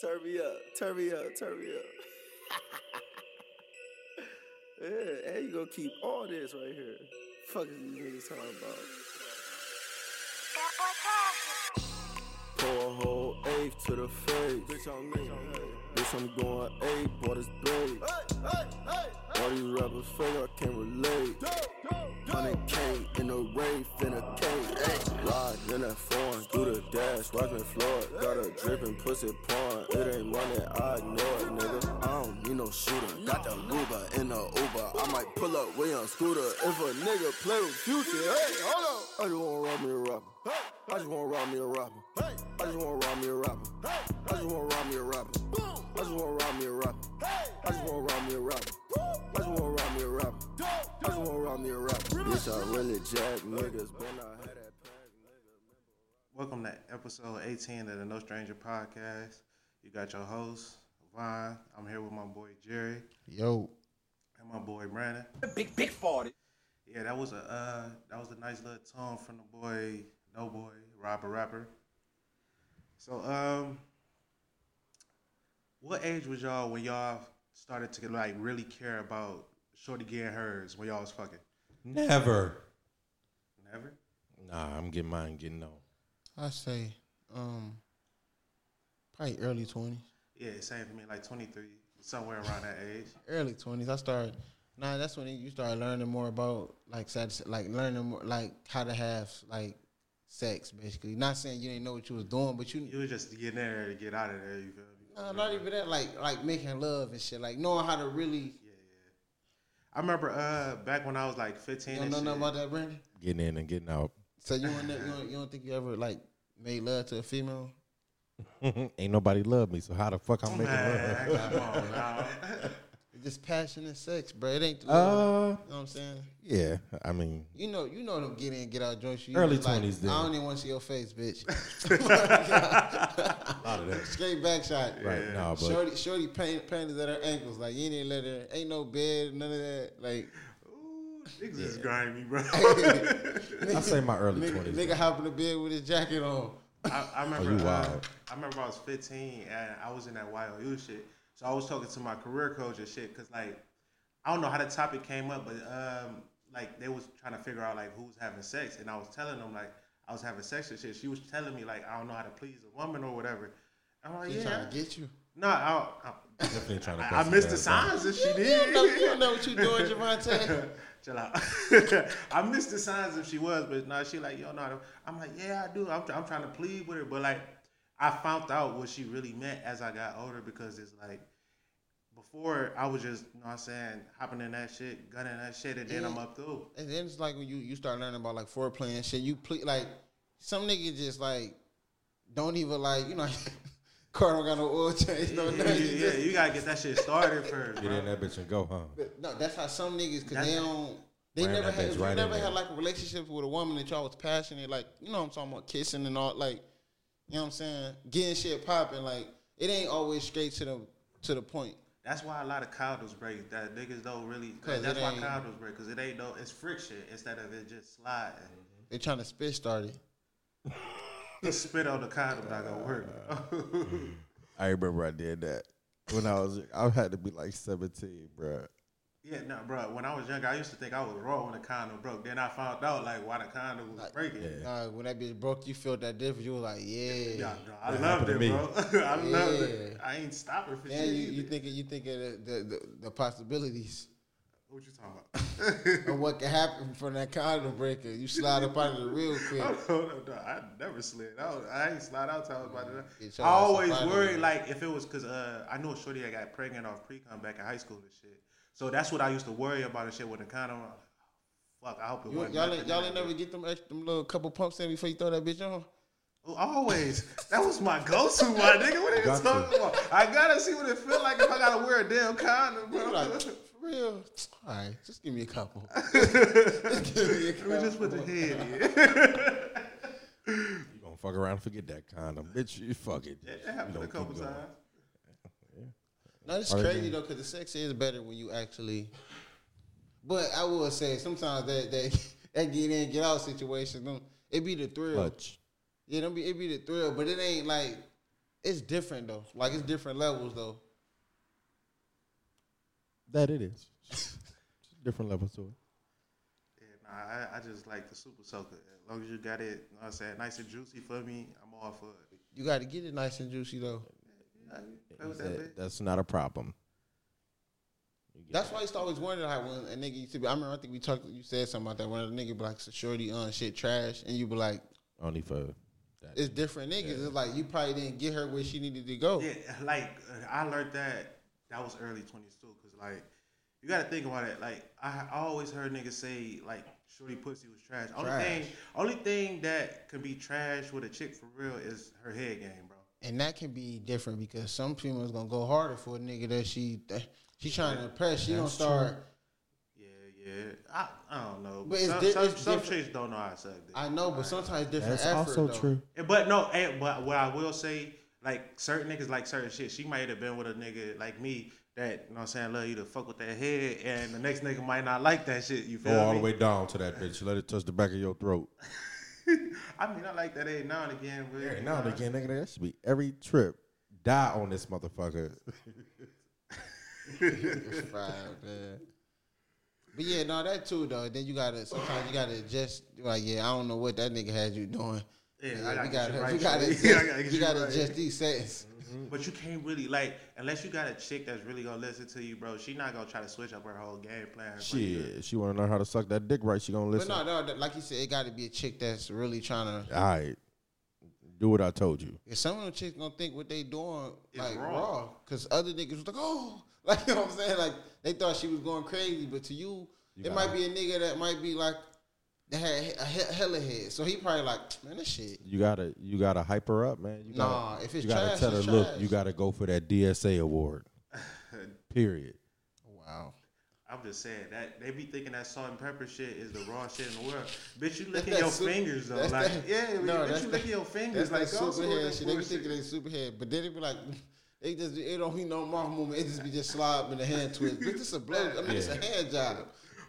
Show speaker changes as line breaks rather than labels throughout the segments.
Turn me up. Turn me up. Turn me up. yeah, and you gonna keep all this right here. Fuck is these niggas talking about? Pour a whole eighth to the face. Bitch, on me. Bitch, I'm going eight, boy, this babe. All these rappers fake, I can't relate. Hundred K in the rave, in a cake. Locked in that foreign, through the dash, watching floor. Got a dripping pussy porn. It ain't running, I ignore it, nigga. I don't need no shooter. Got the Luba in the Uber. I might pull up way on scooter. If a nigga play with future, hey, hold up. I just wanna rob me a rapper. I just wanna rob me a rapper. I just wanna rob me a rapper. I just wanna rob me a rapper. I just wanna rob me a rapper. I just wanna rob me a rapper. I just wanna rob me a rapper. I just wanna rob me a rapper. Bitch, I really jack niggas, been I had that pack, nigga.
Welcome to episode 18 of the No Stranger Podcast. You got your host, Vaughn. I'm here with my boy Jerry
Yo,
and my boy Brandon.
Big, big farted.
Yeah, that was a uh, that was a nice little tune from the boy No Boy Robber Rapper. So, um, what age was y'all when y'all started to like really care about Shorty getting hers when y'all was fucking?
Never.
Never.
Nah, I'm getting mine getting on.
I say, um, probably early twenties.
Yeah, same for me, like 23, somewhere around that age.
Early twenties. I started. Nah, that's when you start learning more about like satis- like learning more like how to have like sex basically. Not saying you didn't know what you was doing, but you
You was just getting there to get out of there. You feel me?
nah, not even that like like making love and shit. Like knowing how to really.
I remember uh back when I was like 15
You don't
and
know
shit.
nothing about that, Brandon.
Getting in and getting out.
So you don't, you don't you don't think you ever like made love to a female?
Ain't nobody love me, so how the fuck I'm making
Man,
love?
come on now.
It's just passionate sex, bro. It ain't. love.
Uh,
you know what I'm saying.
yeah. I mean,
You know, you know them get in, get out joints. You
Early
just like,
20s then.
I don't even want to see your face, bitch.
a lot of that.
Straight back shot.
Right now, but
Shorty, shorty pain, pain is at her ankles. Like you didn't let her. Ain't no bed, none of that. Like
Ooh, niggas is grimy, bro.
I say my early
nigga,
twenties.
nigga hop in the bed with his jacket
Oh,
on.
I, I remember.
Oh, you
uh,
wild.
I remember I was 15 and I was in that YOU shit. So I was talking to my career coach and shit because like I don't know how the topic came up, but um like they was trying to figure out like who was having sex, and I was telling them like I was having sex and shit. She was telling me like I don't know how to please a woman or whatever. I'm like,
He
yeah,
trying to get you.
no, I, I,
Definitely trying to.
I,
press
I
it
missed the
down,
signs and she
You
did.
don't know, you don't know what you doing, Javante.
Chill out. I missed the signs if she was, but no, she like, yo, no. I'm like, yeah, I do. I'm, I'm trying to plead with her, but like, I found out what she really meant as I got older because it's like, before I was just, you know what I'm saying, hopping in that shit, gunning that shit, and then I'm up through.
And then it's like when you, you start learning about like foreplay and shit. You ple- like some nigga just like don't even like you know. Car don't got no oil change, no
Yeah,
nothing.
you- yeah, you gotta get that shit started first.
so- Get in
Bro.
that bitch and go, huh?
No, that's how some niggas, cause
That's-
they don't. They
Ram
never
that
had.
bitch
If
right
you
in
never
there.
had like a relationship with a woman that y'all was passionate, like you know what I'm talking about, kissing and all, like you know what I'm saying, getting shit popping. Like it ain't always straight to the to the point.
That's why a lot of condoms break. That niggas don't really.
'Cause
Cause that's
it
why
ain't-
condoms break, cause it ain't no. It's friction instead of it just sliding.
They trying to spit start it.
Spit on the condom, not gonna work.
Uh.
I remember I did that when I was. I had to be like seventeen, bruh.
Yeah, no, bro. When I was younger, I used to think I was raw when the condom broke. Then I found out like why the condom was breaking. Yeah,
Nah, when that bitch broke, you felt that difference. You was like, yeah.
no, I loved it,
to me.
bro. I loved it.
Yeah.
I ain't stopping for
Now
shit.
you, you
either.
thinking you thinking of the, the the possibilities
what you talking
of what can happen from that condom breaker. You slide up out of it real quick.
about? no, no, no, I never slid out. I ain't slide out till I was about
Get
to.
your
I
ass
always
up out of
worried
there.
like if it was because uh, I knew a shorty that got pregnant off pre cum back in high school and shit. So that's what I used to worry about and shit with the condom. Fuck, I hope it
You,
wasn't.
y'all
nothing
ain't, y'all
in
ain't
there.
never get them extra, them little couple pumps in before you throw that bitch on.
Oh, Always. That was my go-to, my nigga. What are you
Got to.
talking about? I gotta see what it feel like if I gotta wear a damn condom,
I'm
bro.
like, for real? All right, just give me a couple. just give me a
Let
couple.
me just put the head in.
You gonna fuck around and forget that condom, bitch? You fuck it.
It
You
happened
gonna
a
keep
couple
going.
times.
No, it's
All right,
crazy
then.
though, because the sex is better when you actually. But I will say sometimes that that that get in get out situation, them- it be the thrill.
Clutch.
Yeah, them be, it be the thrill, but it ain't like it's different though. Like it's different levels though.
That it is. Different level to it.
Yeah, nah, I, I just like the super soaker. As long as you got it, you know what I'm saying, nice and juicy for me, I'm all for it.
You got to get it nice and juicy though.
Yeah, you play with that
That-
bitch.
that's not a problem.
That's why I used to always wonder how when a nigga used to be. I remember I think we talked. You said something about that. When a nigga be like, "So "Shorty, on shit, trash," and you be like,
Only for that.
"It's different niggas." It's like you probably didn't get her where she needed to go.
Yeah, like uh, I learned that that was early twenties too, cause like you got to think about it. Like I, I always heard niggas say like shorty pussy was trash. Only
Trash.
thing, only thing that can be trash with a chick for real is her head game, bro.
And that can be different because some females gonna go harder for a nigga that she that she trying to impress. She gonna start.
Yeah, yeah. I, I don't know.
But it's
some
di-
some,
it's
some
different.
chicks don't know how to suck dick.
I know, but sometimes different
That's
effort.
also
though.
true.
And- But no, and, but what I will say, like certain niggas like certain shit. She might have been with a nigga like me that, you know what I'm saying, love you to fuck with that head, and the next nigga might not like that shit. You feel
Go all
me?
the way down to that bitch. Let it touch the back of your throat.
I mean, I like that every now and again. But
Every now and again, nigga, that should be every trip. Die on this motherfucker.
Right, man. But yeah, no, that too though. Then you gotta sometimes you gotta adjust. Like, yeah, I don't know what that nigga had you doing.
Yeah, I
we
gotta get
gotta-
you right,
we gotta
Shorty.
adjust,
I gotta get
you
you
gotta
right. Mm-hmm.
adjust these sets.
But you can't really like unless you got a chick that's really gonna listen to you, bro. She not gonna try to switch up her whole game plan. for you.
Shit, she want to learn how to suck that dick right. She gonna
But
listen.
no, no, that- like you said, it gotta be a chick that's really trying to.
All right, do what I told you.
If some of them chicks gonna think what they doing
It's
like
wrong.
raw, because other niggas was like, oh, like you know what I'm saying? Like they thought she was going crazy, but to you, it might be a nigga that might be like that had a he- hella head, so he probably like, man, this shit.
You gotta, you gotta hype her up, man. You gotta,
Nah, if it's
you gotta
trash,
tell her,
it's
look,
trash."
you gotta go for that DSA award. Period.
Oh, Wow.
I'm just saying that they be thinking that salt and pepper shit is the raw shit in the world. Bitch, you licking
that
your
super-
fingers though.
that's
Like,
that-
yeah,
no,
bitch,
that's
you
that-
licking your fingers.
That's
Like, oh,
like
go
superhead
superhead
shit. They be thinking they superhead, but then it be like they just it don't be no more movement. It just be just slob in the hand twist. Bitch, it's a blow. I mean, it's a hand job.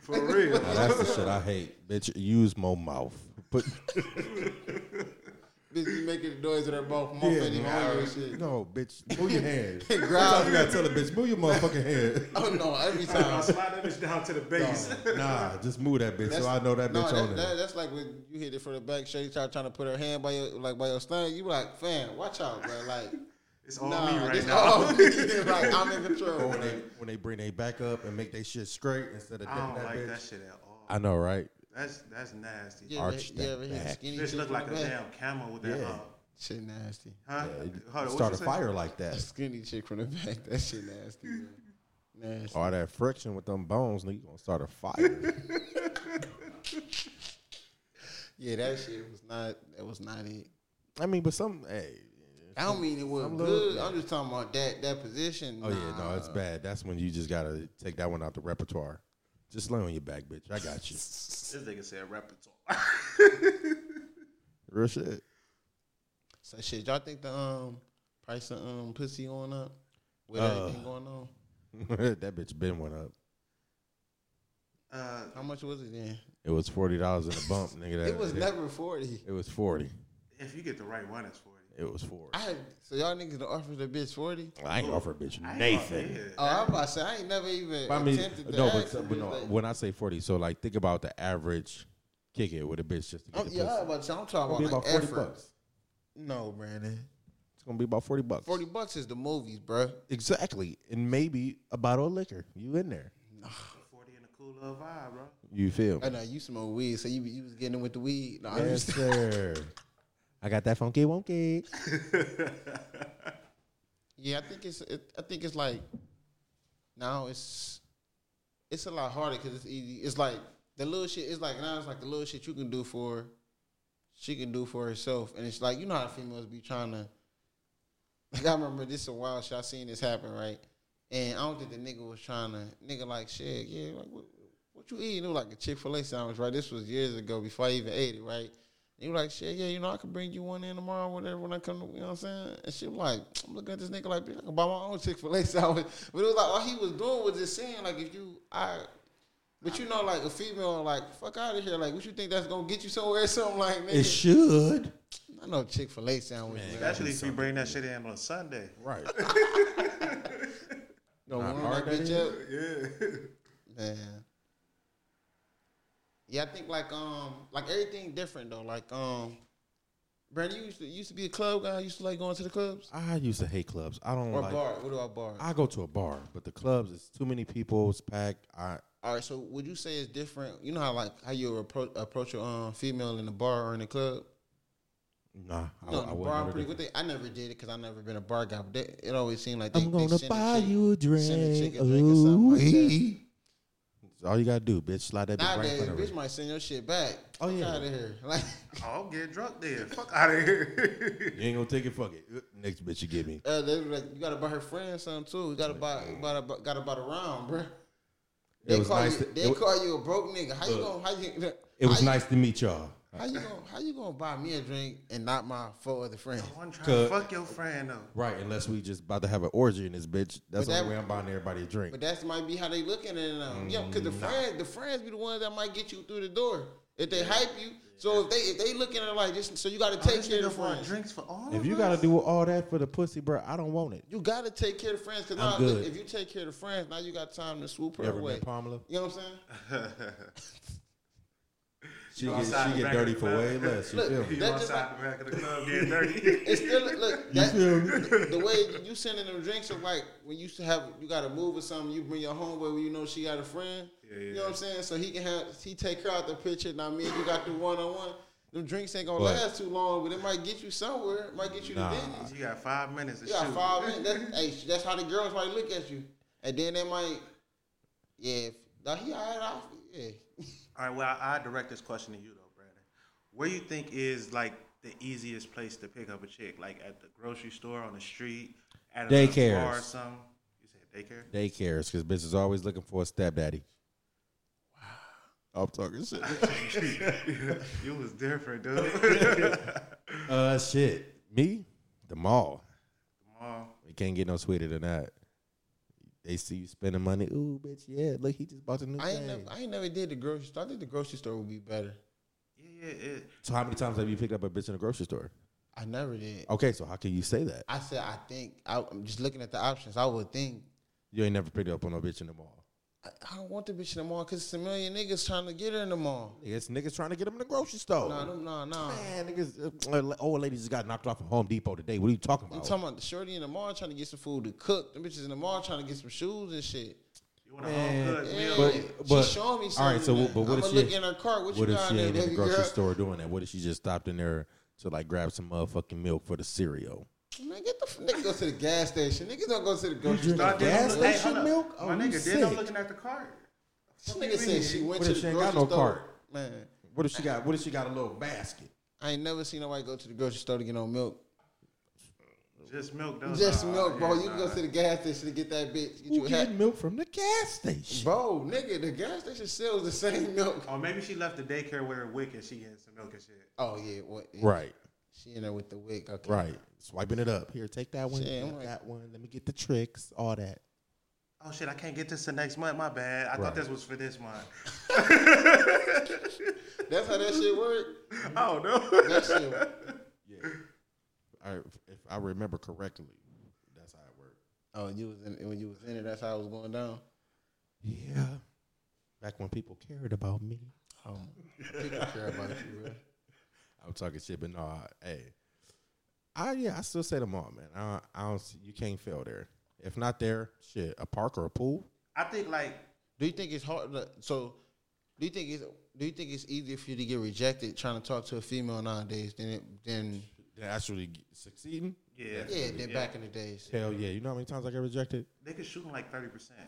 for real.
Now, that's the shit I hate, bitch. Use more mouth. Put
Bitch, you making the noise with her mouth, mouth yeah,
no,
and shit.
no, bitch, move your hands.
Growl.
Sometimes you gotta tell the bitch, move your motherfucking hand.
Oh no, every
I'll
time.
slide that bitch down to the base.
Nah, just move that bitch so I know that
no,
bitch on
that,
there.
that, that's like when you hit it from the back, Shady start trying to put her hand by your like by your stomach. You be like, fam, watch out, bro. Like,
It's all
nah,
me right
this
now.
all me. like I'm in
Or
control.
when they when they bring they back up and make they shit straight instead of
I
dipping
don't
that
like
bitch.
that shit at all.
I know, right?
That's that's nasty.
You ever,
Arch
you
that
ever hit a
back.
skinny
Bitch
chick
look
from
like a
the back?
damn camel with that.
Yeah.
uh,
Shit nasty.
Huh?
Yeah, Uh, you
Uh, Hold on,
start a
what you say?
fire like
A
that.
skinny chick from the back. That shit nasty. Man. Nasty.
All that friction with them bones, nigga, you gonna start a fire.
Yeah, that shit was not. That was not it.
I mean, but some hey.
I don't mean it wasn't
I'm
good.
little-
I'm just talking about that that position.
Oh yeah, no,
Nah.
it's bad. That's when you just gotta take that one out the repertoire. Just lay on your back, bitch. I got you.
This nigga said repertoire.
Real shit.
So shit, y'all think the um price of um pussy going up with
Uh.
everything going on?
that bitch been went up.
Uh,
How much was it then?
It was forty dollars in a bump, nigga. That,
It was never forty.
It was forty.
if you get the right one, it's forty.
It was forty.
I had, so y'all niggas done offered the bitch forty.
I ain't offer a bitch
I ain't
Nathan.
gonna-
Oh, I'm about to say I ain't never even
But I mean,
attempted to
no,
ask
but,
the
but
bitch,
no,
like-
when I say 40, so like think about the average kick it with a bitch just to get
I'm,
the
Oh, yeah, I'm
pussy.
about to say, I'm
It's gonna
talking
be
about,
about
like
40
effort.
bucks.
No, Brandon.
It's gonna be about 40 bucks.
Forty bucks is the movies, bruh.
Exactly. And maybe a bottle of liquor. You in there.
Uh.
Yeah, forty in a cool little vibe, bro.
You feel
I
me?
know you smoke weed, so you, you was getting it with the weed. No, I'm
Yes,
just-
sir. I got that funky wonky.
Yeah, I think it's. It, I think it's like now it's it's a lot harder because it's easy. It's like the little shit. It's like now it's like the little shit you can do for she can do for herself, and it's like you know how females be trying to. Like I remember this a while shit. I seen this happen right, and I don't think the nigga was trying to nigga like shit. Yeah, like what, what you eating? It was like a Chick Fil A sandwich, right? This was years ago before I even ate it, right? And you like, shit, yeah, you know, I can bring you one in tomorrow, whatever, when I come, to, you know what I'm saying? And she was like, I'm looking at this nigga like, bitch, I can buy my own Chick fil A sandwich. But it was like, all he was doing was just saying, like, if you, I, but you know, like, a female, like, fuck out of here. Like, what you think that's going to get you somewhere? Something like, nigga.
should.
Not no Chick Fil A sandwich. Man,
Especially if you bring that shit in on Sunday.
Right.
You gonna warm that
hard that
bitch
is.
up.
Yeah.
Man. Yeah, I think like um like everything different though. Like um Brandon, you used to you used to be a club guy, you used to like going to the clubs?
I used to hate clubs. I don't
Or
like.
bar. What about bar?
I go to a bar, but the clubs it's too many people. It's packed. I
All right, so would you say it's different? You know how like how you approach approach your um female in the bar or in the club?
nah.
no,
I, I
the
wouldn't
bar. I'm
order
pretty
that.
good. They, I never did it because I never been a bar guy. But they, it always seemed like they,
I'm gonna
they send
buy
a chick,
you a drink.
Send a chick a drink or something like that.
ooh-wee. That's all you gotta do, bitch, slide that bitch right in
Nowadays,
front of her.
bitch might send your shit back.
Oh, yeah.
out of here. Like,
I'll get drunk then. Fuck out of here.
You ain't gonna take it. Fuck it. Uh, Next bitch you give me.
uh, they were like, you gotta buy her friend something too. You gotta buy, you gotta buy, gotta buy the round, bruh. They
was
call
nice
you,
that-
they
it wa-
call you a broke nigga. How you gonna, how you,
It was
how
nice to meet y'all.
You, how you gonna, how you gonna buy me a drink and not my four other friends?
One try to
Cut.
fuck your friend though.
Right, unless we just about to have an orgy in this bitch.
But
That's the
that-
only way I'm buying everybody a drink.
But that's might be how they looking at it now.
Mm,
yeah, because the friends, the friends be the ones that might get you through the door if they hype you. So if they if they looking at it like this, so you got to
Oh,
take
this
care of the
nigga bought
friends.
drinks for all
if
of
you
us?
gotta do all that for the pussy, bro, I don't want it.
You got to take care of the friends because
I'm
now look,
good.
if you take care of the friends, now you got time to swoop
You
her
ever
away.
met Pamela?
You know what I'm saying?
She
You
get,
outside the
she get
back of
dirty
the
for
club.
way less. You
Look,
feel me?
You
That
outside the
just
back of the club getting dirty.
It's still look that, the way you sending them drinks are like when you used to have you got to move or something. You bring your homeboy where you know she got a friend. You know what I'm saying? So he can have he take her out the picture. Now me and you got the one on one. Them drinks ain't gonna
But-
last too long, but it might get you somewhere. It might get you
Nah.
to business.
you got five minutes to
You got
shoot.
five minutes. That's, hey, that's how the girls might look at you, and then they might, yeah. If, nah, he all right, I'll- yeah.
All right, well, I, I direct this question to you though, Brandon. Where you think is like the easiest place to pick up a chick? Like at the grocery store, on the street, at a
Daycares.
bar or something? You said daycare?
Daycares, because bitch is always looking for a stepdaddy.
I'm talking shit.
You was different, dude.
Uh, shit. Me? The mall.
Mom,
You can't get no sweeter than that. They see you spending money. Ooh, bitch, yeah. Look, he just bought the new
I ain't
thing.
never, I ain't never did the grocery store. I think the grocery store would be better.
yeah, yeah, it,
So how many times have you picked up a bitch in a grocery store?
I never did.
Okay, so how can you say that?
I said I think I, I'm just looking at the options. I would think
You ain't never picked up on no bitch in the mall.
I, I don't want the bitch in the mall because it's a million niggas trying to get her in the mall.
It's niggas trying to get them in the grocery store.
Nah, them, nah, nah.
Man, niggas, uh, old ladies just got knocked off at Home Depot today. What are you talking
I'm
about?
talking about the shorty in the mall trying to get some food to cook. The bitches in the mall trying to get some shoes and shit.
you want a home cooked
Yeah,
meal?
But- but-
she showing me
all
something.
right, so what- but what
I'ma
if she-
look in her car? What,
what
you
if
got
she
in there,
ain't in
baby
the grocery
girl?
store doing that? What if she just stopped in there to like grab some motherfucking milk for the cereal?
Man, get the f- nigga go to the gas station. Niggas don't go to the grocery store.
Nah, then I'm
gas
look- hey,
station
hold up.
milk? Oh,
My
you
nigga, then I'm
sick.
looking at the cart.
This nigga said she went
What
to
if
the
she ain't
grocery
got no
store.
cart?
Man,
What if she got? What if she got a little basket?
I ain't never seen nobody go to the grocery store to get no milk.
Just milk, though.
Just
Nah,
milk, bro.
yeah,
you can
nah.
go to the gas station to get that bitch. Get you
You
a hat.
get milk from the gas station.
Bro, nigga, the gas station sells the same milk.
Or maybe she left the daycare with her wick and she getting some milk and shit.
Oh yeah, what?
Right,
She in there with the wig. Okay.
right. Swiping it up. Here, take that one.
Shit, I'm
take
like-
that one. Let me get the tricks. All that.
Oh shit, I can't get this to next month. My bad. I thought
Right.
this was for this month.
That's how that shit work.
Oh no.
That shit.
I, if I remember correctly, that's how it worked.
Oh, you was in, when you was in it. That's how it was going down.
Yeah. Back when people cared about me.
Um, people care about you, bro.
I'm talking shit, but no, I- hey, I yeah, I still say them all, man. I, I don't, see, you can't fail there. If not there, shit, a park or a pool.
I think like
Do you think it's hard? look, So, do you think it's do you think it's easier for you to get rejected trying to talk to a female nowadays than it, than
They're actually g- succeeding.
yeah,
yeah than back in the days?
Hell yeah, you know how many times I get rejected?
They could shoot 'em like thirty percent.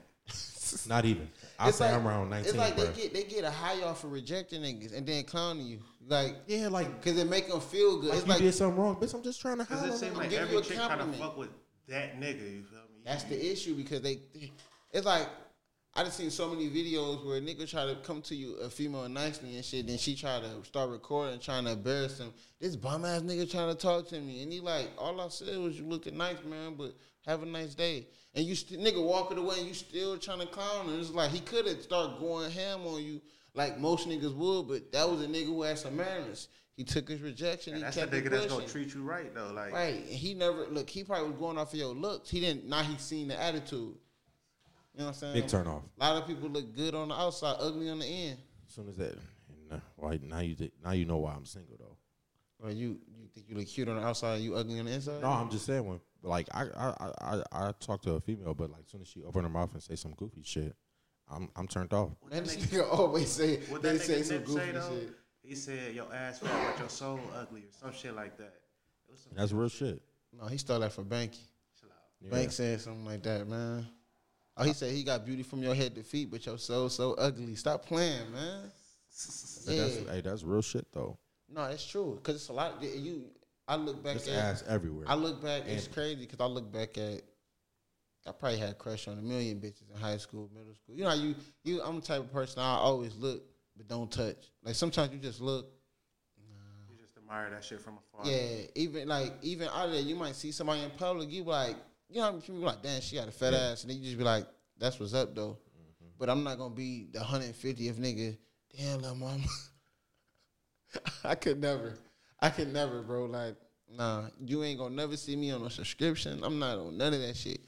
Not even. I
It's
say
like-
I'm around 19,
It's like
bruh.
they get they get a high off for rejecting niggas and then clowning you like
yeah, like,
because it make them feel good.
like
it's
you
like
did something wrong, bitch. I'm just trying to
Cause
hide.
it
on
seems
it.
like
giving
every
you a
chick trying to
compliment.
fuck with that nigga. You feel me?
That's the issue because they, it's like I just seen so many videos where a nigga try to come to you, a female nicely and shit, then she try to start recording, trying to embarrass him. This bum ass nigga trying to talk to me, and he like, all I said was you looking nice, man, but have a nice day. And you st- nigga walking away, and you still trying to clown him. It's like he could have start going ham on you like most niggas would, but that was a nigga who had some manners. He He took his rejection.
And
he
that's the
kept it
nigga that's gonna
pushing.
treat you right though. Like
Right. and He never look. He probably was going off of your looks. He didn't. Now he seen the attitude. You know what I'm saying?
Big turn off.
A lot of people look good on the outside, ugly on the end.
As soon as that, and now, why, now you thi- now you know why I'm single though.
Or you you think you look cute on the outside, you ugly on the inside?
No, I'm just saying when like I I I, I, I talk to a female, but like as soon as she open her mouth and say some goofy shit, I'm I'm turned off.
Man, this nigga always say
what
they
that
say
nigga
some
Nip
goofy
say though,
shit.
he said your ass fat but your soul ugly or some shit like that. It was some
That's real shit.
No, he stole that from Banky.
chill out.
Yeah.
Bank said something like that, man. Oh, he said he got beauty from your head to feet, but your soul so ugly. Stop playing, man.
But
Yeah.
That's, hey, that's real shit though.
No, that's true. Cause it's a lot. You, I look back
It's
at
ass everywhere.
I look back. It's
And-
crazy because I look back at. I probably had a crush on a million bitches in high school, middle school. You know, how you you. I'm the type of person I always look but don't touch. Like sometimes you just look.
You just admire that shit from afar.
Yeah, even like even out of there, you might see somebody in public. You like, you know, people be like, damn, she got a fat ass, and then you just be like, that's what's up though.
Mm-hmm.
But I'm not gonna be the 150th nigga. Damn, little mama. I could never. I could never, bro. Like, nah, you ain't gonna never see me on a subscription. I'm not on none of that shit.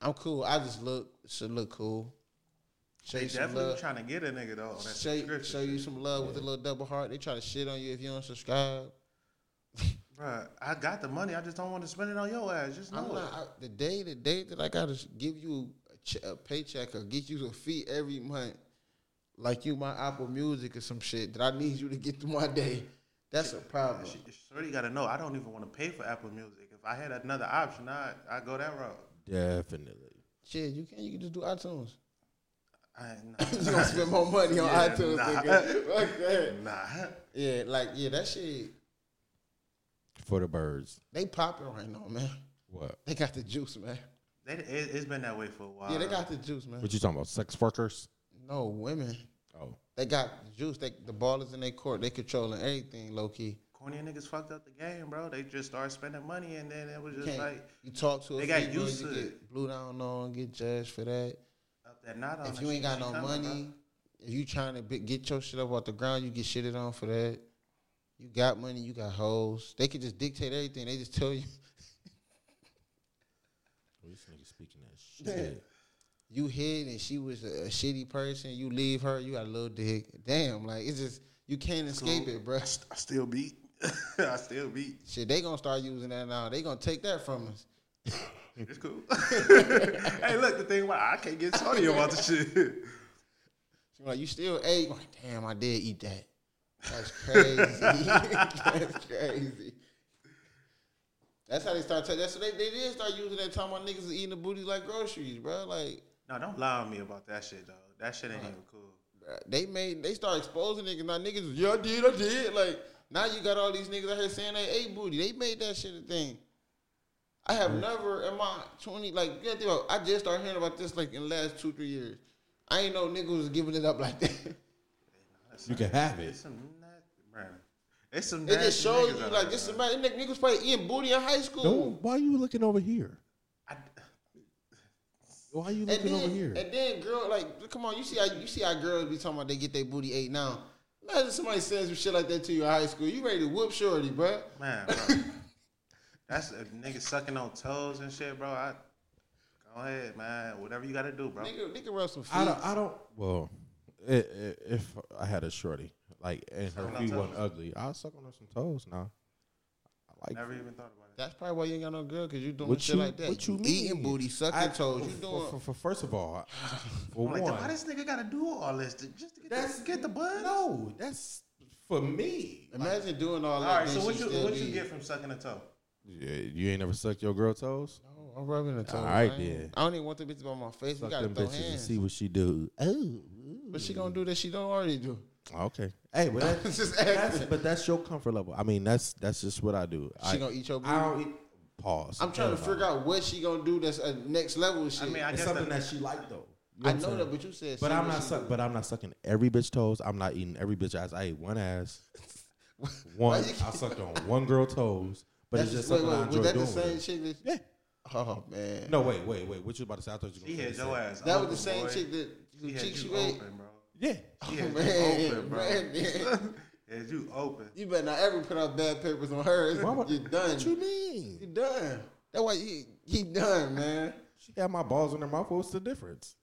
I'm cool. I just look should look cool. Show
They
you some
definitely
love.
trying to get a nigga though. on that
show, you-
subscription
show you some love with a little double heart. They try to shit on you if you don't subscribe.
Bruh, I got the money. I just don't want to spend it on your ass. Just know
I'm
it.
not I, the day the day that I gotta s- give you a, ch- a paycheck or get you a fee every month, like you my Apple Music or some shit that I need you to get through my day. That's a problem.
She, Shorty got to know. I don't even want to pay for Apple Music. If I had another option, I I go that route.
Definitely.
Shit, you can't. You can just do iTunes.
I,
You gonna spend more money on
Yeah,
iTunes,
nah.
nigga. Fuck that.
nah, nah.
Yeah, like yeah, that shit.
For the birds.
They popping right now, man.
What?
They got the juice, man.
They, it, it's been that way for a while.
Yeah, they got the juice, man.
What you talking about? Sex workers?
No women.
Oh.
They got the juice. They, the ball is in their court. They controlling everything, low key.
corny niggas fucked up the game, bro. They just started spending money, and then it was just
can't-
like
you talk to a
They got
female,
used
you
to
get
it.
blew down on, get judged for that.
up that knot on.
if
the
you ain't
shit,
got
she
no
coming,
money, if you trying to be, get your shit up off the ground, you get shitted on for that. You got money, you got hoes. They can just dictate everything. They just tell you
Well, this nigga speaking that shit.
you hid and she was a, a shitty person. You leave her, you got a little dick. Damn, like it's just you can't escape
Cool.
it, bro.
bro. I, st- I still beat. I still beat.
Shit, they gonna start using that now. They gonna take that from us.
It's cool. hey, look, the thing why I can't get Sony about the shit.
She like, you still ate? I'm like, damn, I did eat that. That's crazy. That's crazy. That's how they start. Ta- that's what they, they did start using that time when niggas is eating the booty like groceries, bro. Like
No, don't lie on me about that shit though. That shit ain't even cool.
bruh, they made they start exposing niggas. Now niggas, was, yeah, I did, I did. Like now you got all these niggas out here saying they ate booty. They made that shit a thing. I have never in my twenty like you gotta think about, I just started hearing about this like in the last two three years. I ain't know niggas was giving it up like that.
You can have it.
It's some nut, bro. It's some.
It just
nasty
shows
niggas
you
out
like
here,
this is
bro.
my nigga, niggas probably eating booty in high school.
why you looking over here?
I,
Why you
And then, and then girl, like come on, you see how you see how girls be talking about they get their booty ate now. Imagine somebody saying some shit like that to you in high school. You ready to whoop shorty, bruh.
man, bro. that's a nigga sucking on toes and shit, bro. I go ahead, man. Whatever you gotta do, bro.
Nigga, nigga rub some feet.
I don't I don't well i- i- if I had a shorty, like and her
Suck on
feet
toes.
wasn't ugly, I'll suck on her some toes now. I like
Never even thought about it.
That's probably why you ain't got no girl, cause you doing
What
shit
you-
like that.
what you
eating
mean?
booty, sucking
I
toes. You
for-
doing
for, for- first of all, for
I'm like,
one,
why this nigga gotta do all this to, just to get,
That's-
the, get the buzz?
no, that's for me.
imagine doing all
All
that.
right,
then
so
she
what you
still
what you
be-
get from sucking a toe?
Yeah, you ain't never sucked your girl toes.
Oh, I'm rubbing the toe.
All right,
I ain't-
then.
I don't even want the bitches by my face. we
Suck
gotta
them
throw
bitches and
hands.
see what she do. Oh,
But she gonna do that she don't already do.
okay. Hey, but that-
Just
that's,
asking.
but that's your comfort level. I mean, that's that's just what I do.
She
I,
gonna eat your booty.
I don't eat. Pause.
I'm trying to
Hell no.
figure out what she gonna do that's a next level shit.
I
I
mean, I
It's
guess
something
that-
that she like though.
know that, but you said.
But
see
I'm
what
not
she
suck.
do.
But I'm not sucking every bitch toes. I'm not eating every bitch ass. I ate one ass.
Why
One.
you
I sucked on one girl toes. But
That's
it's just
wait,
something
wait,
I enjoy
Was that
doing.
the same chick that?
Yeah.
Oh man,
No, wait, wait, wait. What you about to say? I thought you were
She
gonna
had
say
your
the
ass.
that
open,
was the same
boy.
chick that
She
the
had
chick she
you
ate.
open, bro.
same. Yeah.
She
Oh,
had you
man,
open, bro.
man.
If Is you open?
You better not ever put out bad papers on her. It's-
Why would-
You're done.
What you mean?
You're done. That's why he he done, man.
She had my balls in her mouth. What's the difference?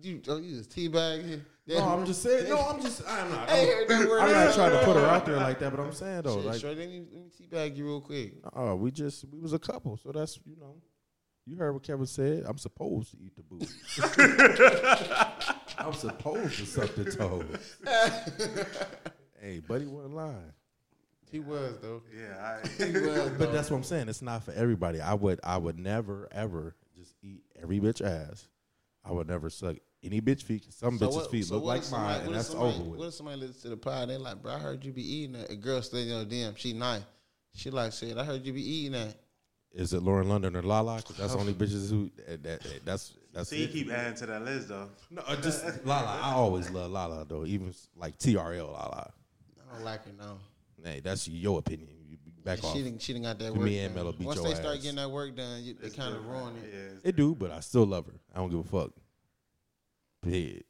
You oh, you just teabagging.
No, I'm just saying. No, I'm just. I'm not.
I ain't
I'm,
heard that word.
I'm not trying to put her out there like that, but I'm saying though,
Shit,
like,
Shorty, let me, let me teabag you real quick.
uh, we just we was a couple, so that's you know, you heard what Kevin said. I'm supposed to eat the booty. I'm supposed to suck the toes. hey, buddy, wasn't lying.
He was though.
Yeah,
He
I,
was.
But that's what I'm saying. It's not for everybody. I would I would never ever just eat every bitch ass. I would never suck any bitch feet. 'cause Some bitches' feet look
what
like
if somebody-
mine, and
what if
that's
somebody,
over with.
What if somebody listens to the pod and they like, bro, I heard you be eating that. A girl said, yo, damn, she nice. She like said, I heard you be eating that.
Is it Lauren London or Lala? 'Cause that's the only bitches who that, that, that- that's that's.
so you
it.
keep adding to that list though.
no, uh, just Lala. I always love Lala though, even s- like TRL Lala.
I don't like her now.
Hey, that's your opinion. You back off.
She didn't, she didn't got that
Me
work done.
and Melo beat
Once
your
they start
ass.
getting that work done, you, they kind of ruin it.
Yeah,
It do, but I still love her. I don't give a fuck. Period.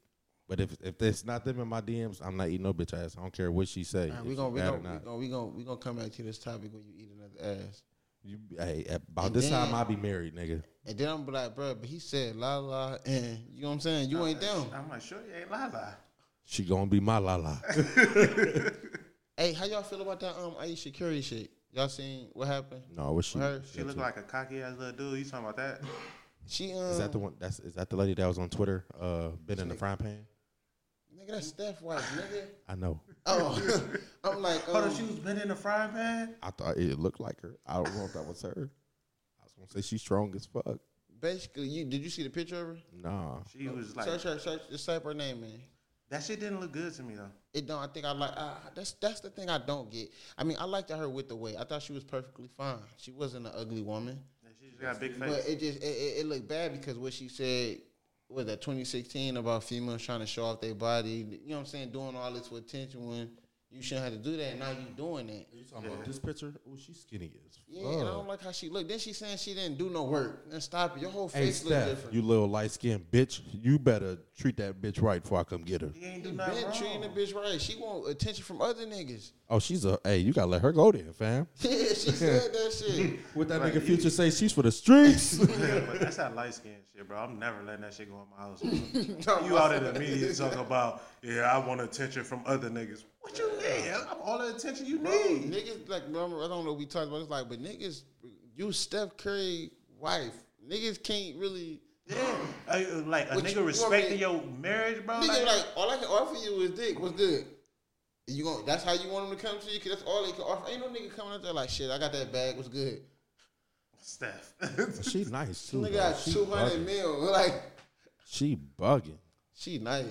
But if if it's not them in my DMs, I'm not eating no bitch ass. I don't care what she say.
All right,
if
we
she
gonna we
bad or
gonna, we
not.
gonna we gonna we gonna come back to this topic when you eat another ass.
You, hey, about
And
this
then-
time I be married, nigga.
And then I'm like, bro, but he said la la, and you know what I'm saying? You ain't down.
I'm like, sure you ain't Lala.
She gonna be my la la.
Hey, how y'all feel about that um Aisha Curry shit? Y'all seen what happened?
no, what she?
With her,
She look like a cocky ass little dude. You talking about that?
she um
Is that the one? That's is that the lady that was on Twitter? Uh, been in the frying pan.
nigga that's Steph wife, nigga.
I know.
Oh, I'm like,
Oh,
um,
the shoes been in the frying pan.
I thought it looked like her.
I don't know if that was her.
I was gonna say she's strong as fuck.
basically, you did you see the picture of her?
Nah,
She was like,
search her, search, just type her name in.
that shit didn't look good to me though.
It don't. I think I like. Uh, that's that's the thing I don't get. I mean, I liked her with the weight. I thought she was perfectly fine. She wasn't an ugly woman.
That She just got a big
But
face.
it just it, it, it looked bad because what she said was that 2016 about females trying to show off their body. You know what I'm saying? Doing all this for attention when you shouldn't have to do that. And now you doing that.
you talking about this picture? Oh, she's skinny as
Yeah, and I don't like how she looked. Then she saying she didn't do no work. And stop it. Your whole
Hey,
face look
Steph,
different.
you little light skinned bitch. You better treat that bitch right before I come get her.
He ain't do
You
nothing
been treating the
wrong.
bitch right. She want attention from other niggas.
Oh, she's a hey. You gotta let her go then, fam.
Yeah, she said that shit.
What that
Right.
nigga future say? She's for the streets.
Yeah, but that's that light skin shit, bro. I'm never letting that shit go in my house. bro.
No,
You out in the media talking about, yeah, I want attention from other niggas. What you need? I'm all the attention you need.
Niggas like remember, I don't know. What we talked about it's like, but niggas, you Steph Curry wife. Niggas can't really.
Yeah. Hey, uh, Like a
What you-
nigga
you
respecting
mean-
your marriage, bro.
Nigga,
Like,
like all I can offer you is dick. What's good? And You going That's how you want them to come to you? Cause that's all they can offer. Ain't no nigga coming up there like shit. I got that bag. What's good?
Steph.
she nice too.
Nigga
though.
got
She
two hundred
bugging.
mil. Like
She bugging.
she nice.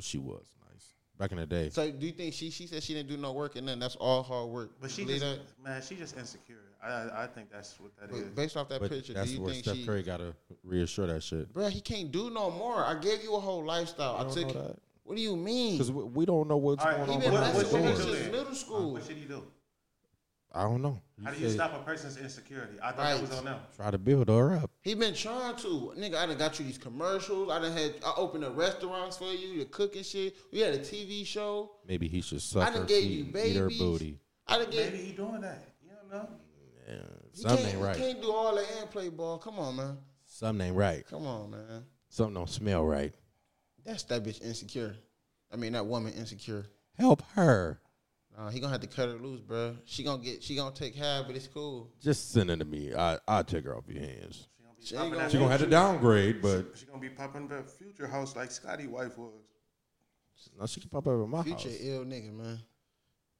She was nice back in the day.
So do you think she? She said she didn't do no work and then that's all hard work.
But she
Believe
just,
that?
man, she just insecure. I, I I think that's what that is.
But based off that
But
picture, do
that's
you
where
think
Steph
she?
Curry gotta reassure that shit.
Bro, he can't do no more. I gave you a whole lifestyle. I
don't
took.
know that.
What do you mean?
Because we, we don't know what's
All right,
going
He
even
on.
been
behind
what-
the
messing
what
with
scenes.
her
you do
since
then?
middle school.
What should he do?
I don't know.
How do you
said
stop a person's insecurity? I thought that was
Right.
on them.
Try to build her up.
He been trying to. Nigga, I done got you these commercials. I done had I opened up restaurants for you, the cooking shit. We had a TV show.
Maybe he should suck
I done
her
gave
feet
you
and eat her
babies.
booty.
I done
Maybe
gave
he doing that. You don't know.
Yeah,
you
something
can't,
ain't
you
right.
can't do all that and play ball. Come on, man.
Something ain't right.
Come on, man.
Something don't smell right.
That's that bitch insecure. I mean that woman insecure.
Help her.
Nah, he gonna have to cut her loose, bro. She gonna get she gonna take half, but it's cool.
Just send it to me. I I take her off your hands.
She ain't
Popping
gonna,
that
She gonna have to downgrade, but
She gonna be popping the future house like Scotty Wife was.
no, she can pop up at my
Future
house.
ill nigga, man.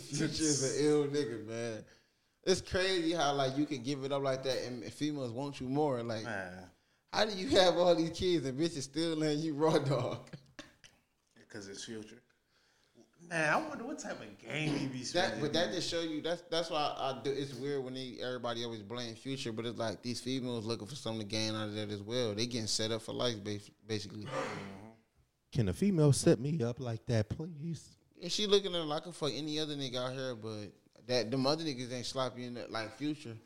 Future's an ill nigga, man. It's crazy how like you can give it up like that, and females want you more. Like,
Man,
how do you have all these kids and bitches still letting you raw dog?
because it's future. Man, I wonder what type of game he be
That,
spending.
but that just show you that's that's why I do. It's weird when they, everybody always blame future, but it's like these females looking for something to gain out of that as well. They getting set up for life, bas- basically.
Can a female set me up like that, please?
And she looking at her like a fuck any other nigga out here, but that them other niggas ain't sloppy in that like future.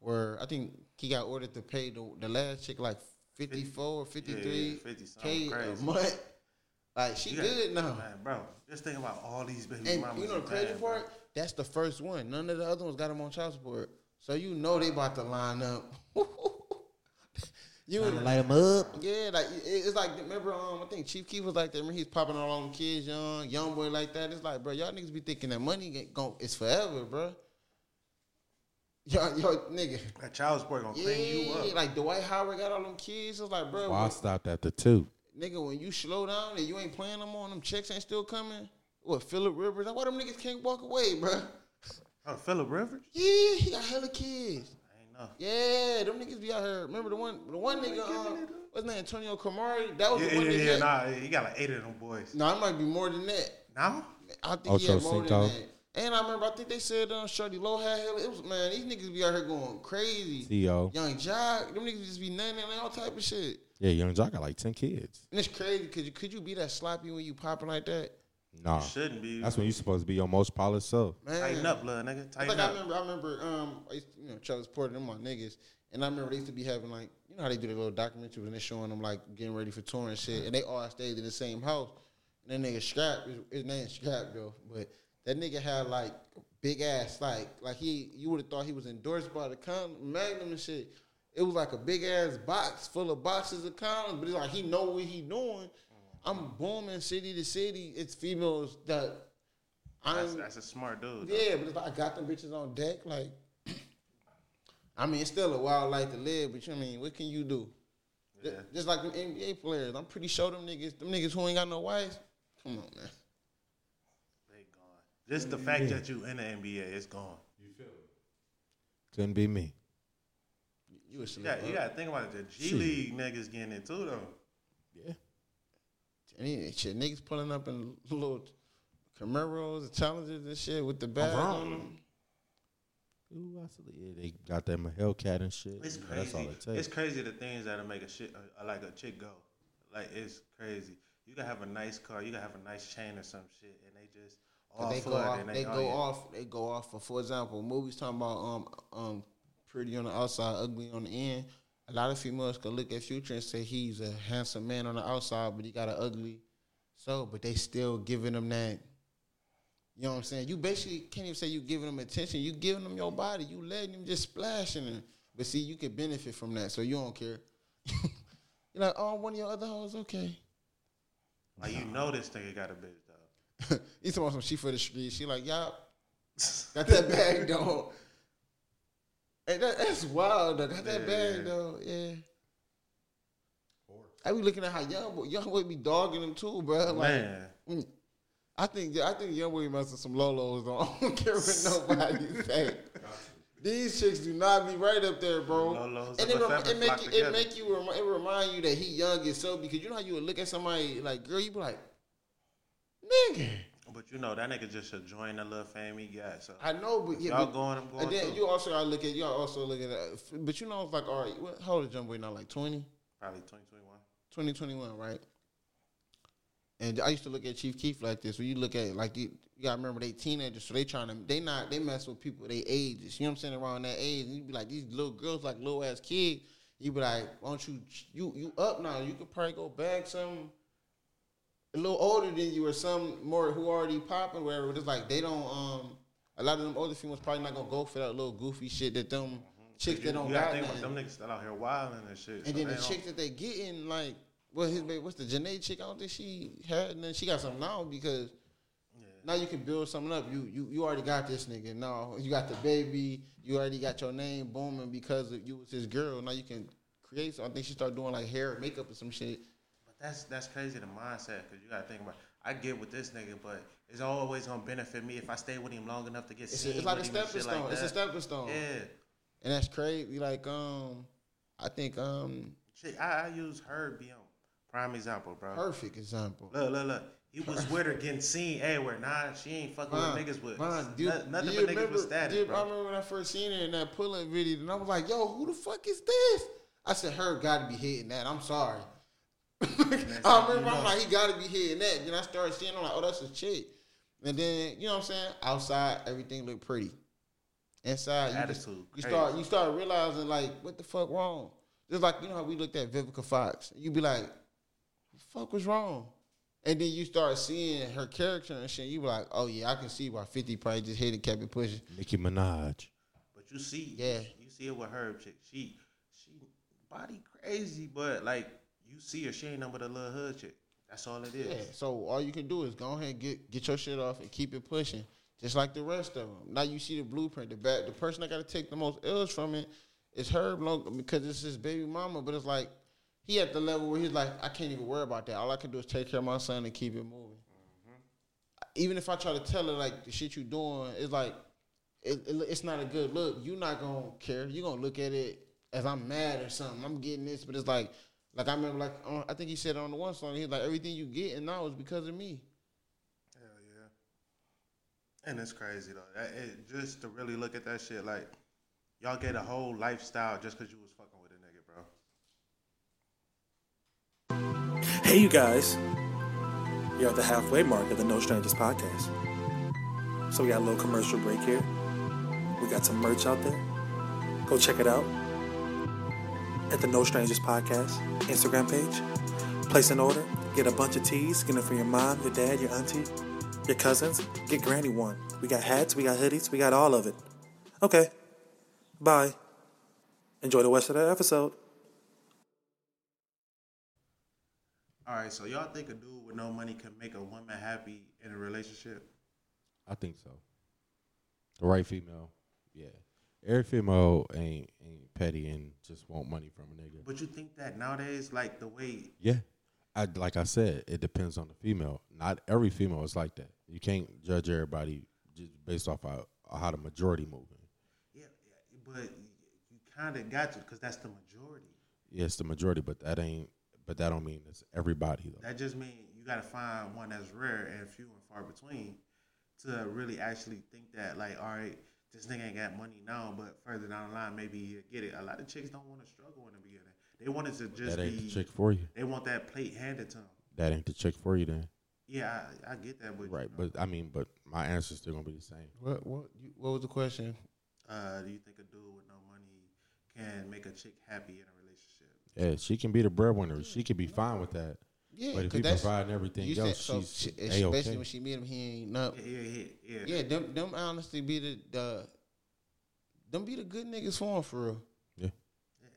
Where I think he got ordered to pay the, the last chick like fifty four or fifty
yeah,
three
50 something
k a
crazy.
month. Like she
You got-
good now.
Man, bro, just think about all these baby
And
mamas.
you know the
you
crazy
had, bro.
part? That's the first one. None of the other ones got him on child support. So you know they about to line up. you
Light them up.
yeah, like it- it's like remember um I think Chief Keef was like that. Remember he's popping all on kids, young young boy like that. It's like bro, y'all niggas be thinking that money get- gon' is forever, bro. Y'all, y'all nigga,
That child support gonna clean you
yeah,
up.
like Dwight Howard got all them kids. It's like bro,
Well, I stopped at the two.
Nigga, when you slow down and you ain't playing no more, and them checks ain't still coming. What Philip Rivers? Why them niggas can't walk away, bruh?
Oh, Philip Rivers?
Yeah, he got hella kids.
I ain't know.
Yeah, them niggas be out here. Remember the one, the one nigga, um, what's his name, Antonio Camari? That was
Yeah,
Oh, the one
yeah,
nigga.
yeah, nah, he got like eight of them boys.
No, it might be more than that.
Now?
I think he
Ocho
had more
Cinco.
than that. And I remember, I think they said um, Shorty Low had hella. It was man, these niggas be out here going crazy.
T.O.
Young Jock, them niggas just be nutting and all type of shit.
Yeah, Young Jock got like 10 kids.
And it's crazy because you, could you be that sloppy when you popping like that,
Nah.
Shouldn't be.
That's when you supposed to be your most polished self.
man?
Tighten up, little nigga.
I
Tighten
think I
up.
remember. I remember. Um, I used to, you know, Travis Porter, them my niggas, and I remember they used to be having like, you know how they do their little documentaries and they showing them like getting ready for touring and shit, and they all stayed in the same house. And that nigga Scrap, his, his name Scrap though, but that nigga had like big ass, like like he, you would have thought he was endorsed by the con Magnum and shit. It was like a big ass box full of boxes of condoms, but it's like he know what he doing. I'm booming city to city. It's females that I'm.
That's, that's a smart dude. though.
um, Yeah, but if I got them bitches on deck, like, I mean, it's still a wild life to live, but you know what I mean, what can you do? Ju-
Yeah.
Just like them NBA players, I'm pretty sure them niggas, them niggas who ain't got no wives, come on, man.
They gone. Just the fact that you in the NBA, it's gone.
Couldn't be me.
You a
You
slip
got, you
up.
got to think about it. The G League niggas getting it too, though.
And then, shit, niggas pulling up in little Camaros and Challengers and shit with the bag. on them.
Ooh, absolutely. Yeah, they got that Hellcat and shit.
It's
You know,
crazy.
That's all it
It's
takes.
crazy the things that'll make a shit uh, like a chick go. Like it's crazy. You can have a nice car. You can have a nice chain or some shit, and they just all
But they
for
go
it,
off.
and
They
oh,
go
yeah.
off. They go off. For for example, movies talking about um um pretty on the outside, ugly on the end. A lot of females could look at Future and say he's a handsome man on the outside, but he got an ugly soul. But they still giving him that. You know what I'm saying? You basically can't even say you giving him attention. You giving him your body. You letting him just splash in it. But see, you can benefit from that, so you don't care. You're like, oh, one of your other hoes, okay.
Like you know this nigga got a bitch though.
He's talking about some shit for the street. She like, y'all got that bag though. And that, that's wild. Though. Got that
Yeah.
bag though. Yeah. I be looking at how young boy, young boy be dogging him too, bro. Like,
Man,
mm. I think I think young boy messing some lolos though. I don't care what nobody say. These chicks do not be right up there, bro.
Lolos
and
and
it,
the
rem-
feathers
it make
flock
you, it
together.
make you remi- it remind you that he young and so because you know how you would look at somebody like girl, you be like, nigga.
but you know that nigga just should join the little fame he got. So
I know, but yeah,
y'all
but,
going, I'm going.
and then
too.
you also I look at you also look at, uh, f- but you know, it's like all right, what, how old is Jumbo now? Like 20,
Probably 2021.
20, 21, right? And I used to look at Chief Keef like this. When you look at like you, you gotta remember they teenagers, so they trying to they not they mess with people they ages. You know what I'm saying around that age, and you be like these little girls like little ass kids. You be like, why don't you you you up now? You could probably go back some a little older than you or some more who already popping whatever. But it's like they don't um a lot of them older females probably not gonna go for that little goofy shit that them chicks
Mm-hmm. You,
that don't
you
got
gotta think about
nothing.
them niggas that out here wilding and shit. so
And then
they
the
don't-
chick that they getting, like, well, his baby, what's the Janae chick? I don't think she had, and then she got something now because now you can build something up. You you you already got this nigga. Now you got the baby. You already got your name booming because of you was his girl. Now you can create. So I think she started doing like hair, and makeup, and some shit.
But that's that's crazy the mindset because you gotta think about. I get with this nigga, but it's always gonna benefit me if I stay with him long enough to get
It's,
seen.
a, it's like a
with him and
stepping
shit like
stone. it's a
that.
stepping stone,
Yeah,
and that's crazy. Like um, I think um,
shit. I, I use her being prime example, bro.
perfect example.
Look, look, look. He was with her getting seen everywhere. Nah, she ain't fucking
Von,
with niggas with
Von, do you-
no- nothing
do
but
you
niggas with
do you-
status,
I
bro.
remember when I first seen her in that pull-up video, and I was like, "Yo, who the fuck is this?" I said, "Her got to be hitting that." I'm sorry. I remember
you know.
I'm like, "He got to be hitting that." Then I started seeing, I'm like, "Oh, that's a chick." And then you know what I'm saying? Outside, everything looked pretty. Inside, you, just,
Attitude,
you
crazy.
start you start realizing like, what the fuck wrong? Just like you know how we looked at Vivica Fox, you be like, "The fuck was wrong?" And then you start seeing her character and shit. You be like, oh yeah, I can see why Fifty probably just hit it, kept it pushing.
Nicki Minaj.
But you see,
Yeah.
you see it with her chick. She she body crazy, but like you see her, she ain't nothing but a little hood chick. That's all it is.
Yeah. So all you can do is go ahead and get get your shit off and keep it pushing, just like the rest of them. Now you see the blueprint. The back, the person that got to take the most ills from it is Herb Long because it's his baby mama. But it's like he at the level where he's like, I can't even worry about that. All I can do is take care of my son and keep it moving. Even if I try to tell her like the shit you doing, it's like it, it, it's not a good look. You're not gonna care. You're gonna look at it as I'm mad or something. I'm getting this, but it's like, like I remember, like on, I think he said it on the one song, he's like, everything you getting now is because of me.
Hell yeah. And it's crazy though. That- it- just to really look at that shit, like y'all get a whole lifestyle just because you was fucking with a nigga, bro.
Hey, you guys. You're at the halfway mark of the No Strangers podcast. So we got a little commercial break here. We got some merch out there. Go check it out at the No Strangers podcast Instagram page. Place an order, get a bunch of tees, get it for your mom, your dad, your auntie, your cousins. Get Granny one. We got hats, we got hoodies, we got all of it. Okay. Bye. Enjoy the rest of the episode.
All right, so y'all think a dude with no money can make a woman happy in a relationship?
I think so. The right female. Yeah. Every female ain't ain't petty and just want money from a nigga.
But you think that nowadays, like the way
Yeah. I like I said, it depends on the female. Not every female is like that. You can't judge everybody just based off how, how the majority moving.
Yeah, yeah, but you kind of got to because that's the majority.
Yes, the majority, but that ain't but that don't mean it's everybody though.
That just means you got to find one that's rare and few and far between to really actually think that, like, all right, this nigga ain't got money now, but further down the line, maybe he'll get it. A lot of chicks don't want to struggle in the beginning. They want it to just
That ain't the
be,
chick for you.
they want that plate handed to them.
That ain't the chick for you then.
Yeah, I, I get that, but you
Right.
know,
But I mean, but my answer's still gonna be the same.
What what you, what was the question?
uh, do you think a dude with no money can make a chick happy in a relationship?
Yeah, she can be the breadwinner. She could be fine with that.
Yeah,
But if
'cause
you
that's-
providing everything
you
else,
said,
she's
so she,
they
she-
okay.
basically when she meet him, he ain't up.
Yeah, yeah, yeah. yeah.
Yeah, them them honestly be the, the them be the good niggas for him for real.
Yeah.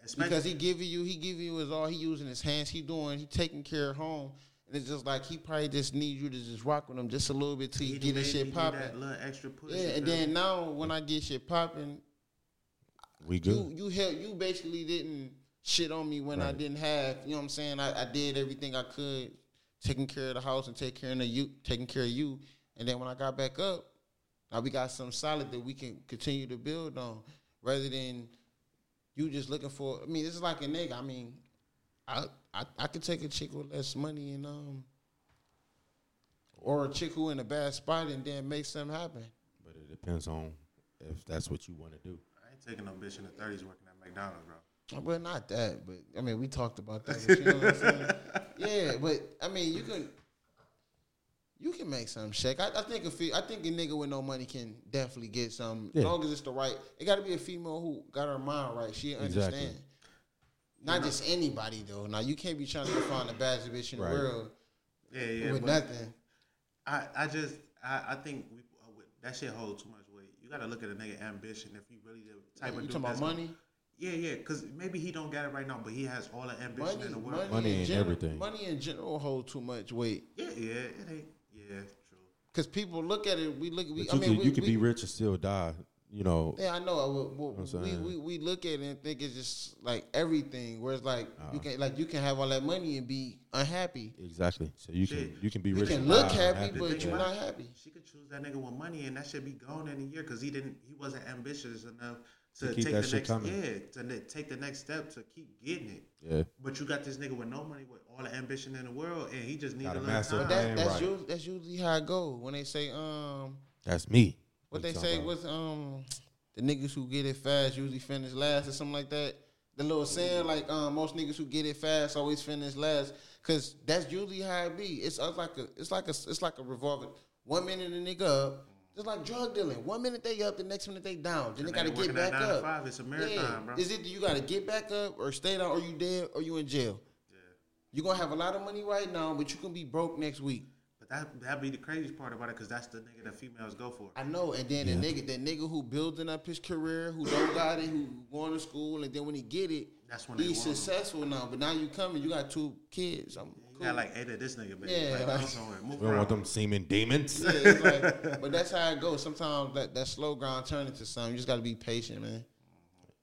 Especially-
Because he giving you, he giving you his all. He using his hands. He doing. He taking care of home. And it's just like he probably just needs you to just rock with him just a little bit till you
He
get
made
his
me
shit
do that
popping.
little extra push.
Yeah,
you
and
feel
then
me?
now when I get shit popping,
We good.
you you help. You basically didn't shit on me when I didn't have. You know what I'm saying? I, I did everything I could, taking care of the house and taking care of you, taking care of you. And then when I got back up, now we got something solid that we can continue to build on, rather than you just looking for. I mean, this is like a nigga. I mean, I I, I could take a chick with less money and um. Or a chick who in a bad spot and then make something happen.
But it depends on if that's what you want to do.
I ain't taking no bitch in the thirties working at McDonald's, bro.
Well, not that, but I mean, we talked about that. But you know what I'm saying? Yeah, but I mean, you can you can make some shake. I, I think a fe- I think a nigga with no money can definitely get some. As
Yeah.
long as it's the right, it got to be a female who got her mind right. She understand.
Exactly.
Not just anybody though. Now you can't be trying to find the baddest bitch in
Right.
the world
Yeah, yeah.
with
but
nothing.
I, I just, I, I think we, uh, with- that shit holds too much weight. You gotta look at a nigga ambition if you really the type
You
of dude
talking about
that's gonna-
money?
Yeah, yeah. Cause maybe he don't got it right now, but he has all the ambition
Money,
in the world.
money,
Money
in
ain't
general,
everything.
Money in general hold too much weight
Yeah, yeah. It ain't. Yeah, true.
because people look at it. We look. We,
But
I
you
mean,
could,
we,
you could
we-
be rich and still die. You know,
Yeah, I know. I would- well,
I'm saying.
we, we we look at it and think it's just like everything. Where it's like
Uh-huh.
you can like you can have all that money and be unhappy.
exactly. So you can
Shit.
you can be
You
rich.
can
and
look
die
happy,
unhappy.
but
Yeah.
you're not happy.
She could choose that nigga with money, and that should be gone in a year because he didn't. He wasn't ambitious enough to,
To keep
take
that
the
shit
next.
coming.
Yeah, to ne- take the next step to keep getting it.
yeah,
But you got this nigga with no money, with all the ambition in the world, and he just needs
Got
a
a
little
master
time.
plan.
That,
Ain't
that's
right.
usually, that's usually how it go when they say um
that's me.
what they
you
say
talking about?
was um the niggas who get it fast usually finish last or something like that. The little saying like um most niggas who get it fast always finish last because that's usually how it be. It's, it's like a it's like a it's like a revolving. One minute the nigga up, just like drug dealing. One minute they up, the next minute they down. Then they
And
gotta
they
get
working that
back
nine to
up.
five. It's a marathon, bro.
Is it you gotta get back up or stay down or you dead or you in jail? You're gonna have a lot of money right now, but you can be broke next week.
But that that'd be the craziest part about it, because that's the nigga that females go for.
I know. And then the nigga, that nigga who building up his career, who don't got it, who going to school, and then when he get it,
That's when they
he's
want him.
successful now. But now you coming, you got two kids. I'm
You
cool.
got like eight of this nigga, baby.
Yeah,
like,
like-
go somewhere. Move
We don't
around.
want them seeming demons.
Yeah, it's like- but that's how it goes. Sometimes that, that slow grind turn into something. You just got to be patient, man.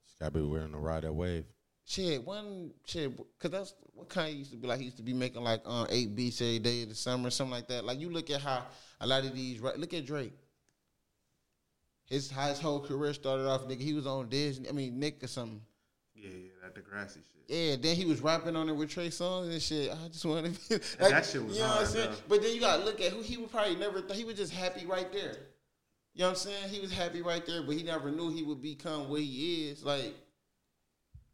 Just gotta be willing to ride that wave.
Shit, one shit, cause that's what Kanye used to be like. He used to be making like um, eight beats every day of the summer, something like that. Like you look at how a lot of these, right, look at Drake. His how his whole career started off, nigga. He was on Disney, I mean Nick or something.
Yeah, yeah, that Degrassi shit.
Yeah, then he was rapping on it with Trey Songz and shit. I just wanted to be
And that shit was
you know what
hard,
I'm saying?
though.
But then you gotta look at who he would probably never thought he was just happy right there. You know what I'm saying? He was happy right there, but he never knew he would become what he is. Like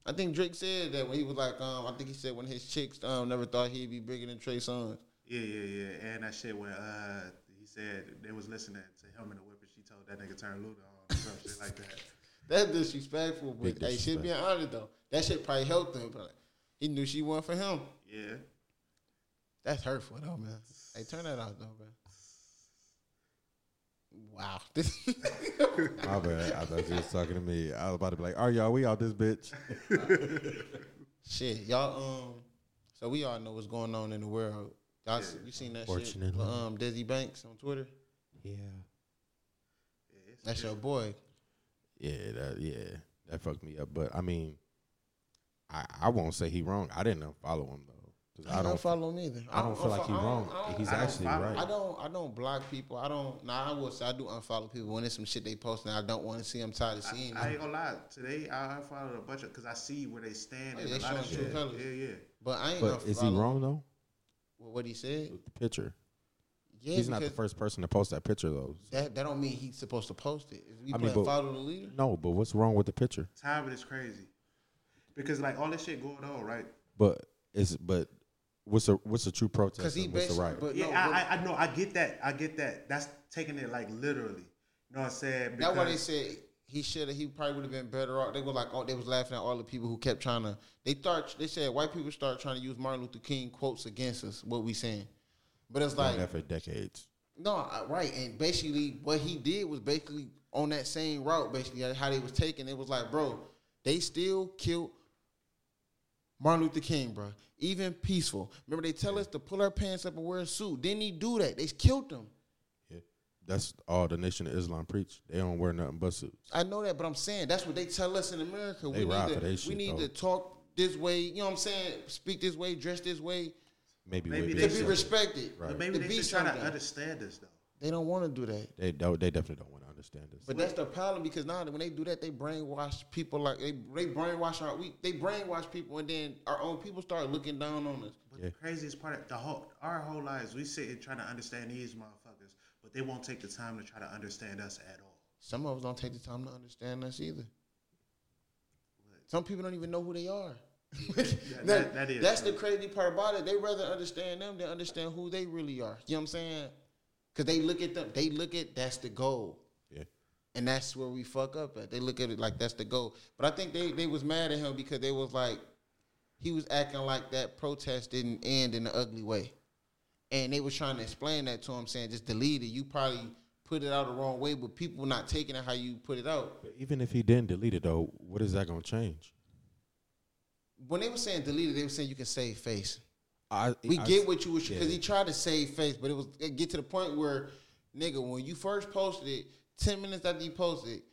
I think Drake said that when he was like, um, I think he said when his chicks um never thought he'd be bigger than Trey Songz.
Yeah, yeah, yeah. And that shit when uh he said they was listening to him in the whip and she told that nigga turn Luda on or some shit like that.
That's disrespectful, but
Big
hey, shit being honest though. That shit probably helped him, but he knew she wasn't for him.
Yeah.
That's hurtful though, man. Hey, turn that off though, man. Wow. This
My bad. I thought you was talking to me. I was about to be like, "All right, y'all, we out this bitch."
shit, y'all um so we all know what's going on in the world. Y'all see, you seen that shit with,
Fortunately.
um Desi Banks on Twitter?
Yeah.
That's your boy.
Yeah. That. Yeah. That fucked me up. But I mean, I I won't say he wrong. I didn't unfollow him though, 'cause
I,
I
don't,
don't.
follow him either.
I don't feel like he
unfo- I don't-
wrong.
I don't-
He's
I don't
actually
follow-
right.
I don't I don't block people. I don't nah I will say I do unfollow people when it's some shit they post and I don't want to see. I'm tired of seeing
I
it.
ain't gonna lie. Today I unfollowed a bunch of because I see where they stand
Oh,
and
they
a lot of
showing true
shit.
colours.
Yeah, yeah.
But I ain't
But is he
unfollow
wrong though?
with what he said.
With the picture.
Yeah,
He's not the
because
first person to post that picture though.
that, that don't mean he's supposed to post it. If you
I mean,
playing
but-
follow the leader.
No, but what's wrong with the picture?
Time is crazy. Because like all this shit going on, right?
But it's but what's a what's a true protest?
Because he
and what's a
basically,
right?
but
Yeah,
no, but-
I, I I know, I get that. I get that. That's taking it like literally. You know what I'm saying?
That's why they
Because-
said he should. He probably would have been better off. They were like, oh, they was laughing at all the people who kept trying to. They start. They said white people start trying to use Martin Luther King quotes against us. What we saying? But it's
Done
like
that for decades.
no, I- right. And basically, what he did was basically on that same route. Basically, like how they was taking it was like, bro, they still killed Martin Luther King, bro. Even peaceful. Remember, they tell us to pull our pants up and wear a suit. Didn't he do that? They killed him.
Yeah. That's all the Nation of Islam preach. They don't wear nothing but suits.
I know that, but I'm saying that's what they tell us in America.
They
we
ride
need,
for
to,
they
we
shit,
need
though.
to talk this way. You know what I'm saying? Speak this way, dress this way
Maybe,
Maybe they
way
to
big
be
should.
shit.
respected.
Right.
maybe
to
they
be
should try to
something.
understand this though.
They don't want to do that.
They don't. They definitely don't want to understand this.
But that's the problem because now when they do that, they brainwash people like they they brainwash our we they brainwash people and then our own people start looking down on us.
But
Yeah.
the craziest part, the whole our whole lives, we sit and trying to understand these motherfuckers, but they won't take the time to try to understand us at all.
Some of us don't take the time to understand us either. Some people don't even know who they are.
that- that is
that's
true.
the crazy part about it. They rather understand them than understand who they really are. You know what I'm saying? Cause they look at them, they look at that's the goal.
yeah.
And that's where we fuck up at. They look at it like that's the goal. But I think they, they was mad at him because they was like he was acting like that protest didn't end in an ugly way. And they was trying to explain that to him, saying just delete it. You probably put it out the wrong way, but people not taking it how you put it out.
But even if he didn't delete it though, what is that gonna change?
When they were saying delete it, they were saying you can save face.
I
We
I-
get what you was because
yeah.
he tried to save face, but it was it get to the point where, nigga, when you first posted it, ten minutes after you posted, it,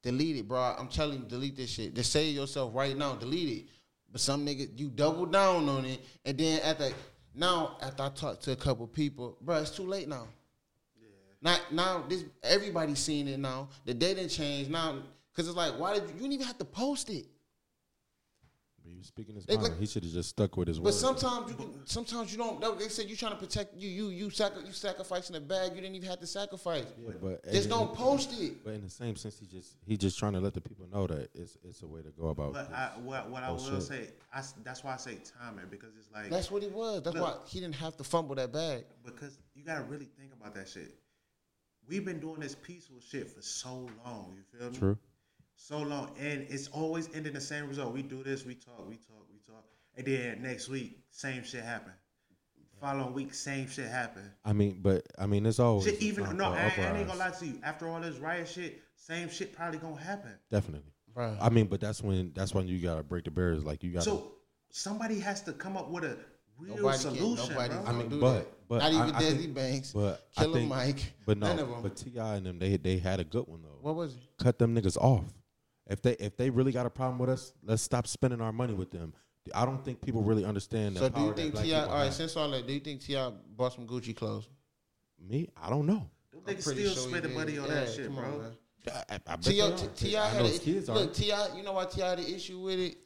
delete it, bro. I'm telling you, delete this shit. Just save yourself right now, delete it. But some nigga, you double down on it, and then after now, after I talked to a couple people, bro, it's too late now. Not now. This everybody's seeing it now. The day didn't change now, cause it's like, why did you, you didn't even have to post it?
He was speaking his
They
mind.
like-
he should have just stuck with his
But
words.
sometimes you can, sometimes you don't. that- They said you trying to protect you. You you sacri- you sacrificing a bag. You didn't even have to sacrifice.
Yeah, but
Just don't post it.
But in the same sense, he just he just trying to let the people know that it's it's a way to go about.
But
this.
I, what what I
Oh,
will
shit.
say, I s that's why I say timing because it's like
That's what it was. That's why he didn't have to fumble that bag.
because you gotta really think about that shit. We've been doing this peaceful shit for so long. You feel me?
True.
So long, and it's always ending the same result. We do this, we talk, we talk, we talk. And then next week, same shit happened. Following week, same shit happened.
I mean, but I mean, it's always
Shit, even
um,
no,
uh,
I, I ain't
uprise.
gonna lie to you. After all this riot shit, same shit probably gonna happen.
Definitely.
Bruh.
I mean, but that's when that's when you gotta break the barriers. Like you gotta.
So somebody has to come up with a real
Nobody can-
solution,
nobody
bro.
can-
I mean,
do
but
that.
but
Not
I-
even
I think-
Desi Banks,
But I
Killer
think-
Mike,
But no,
none of 'em.
but Ti and them they they had a good one though.
What was it?
cut them niggas off. If they if they really got a problem with us, let's stop spending our money with them. I don't think people really understand. The
So do
power
you
that
think
black
Ti?
people
All right,
have.
since all that, do you think Ti bought some Gucci clothes?
me, I don't know.
Them niggas still spending money on that shit, bro.
I, I- I bet
Ti
they are.
Ti
I
had
know
a,
his kids are.
look. Ti, you know why Ti had an issue with it,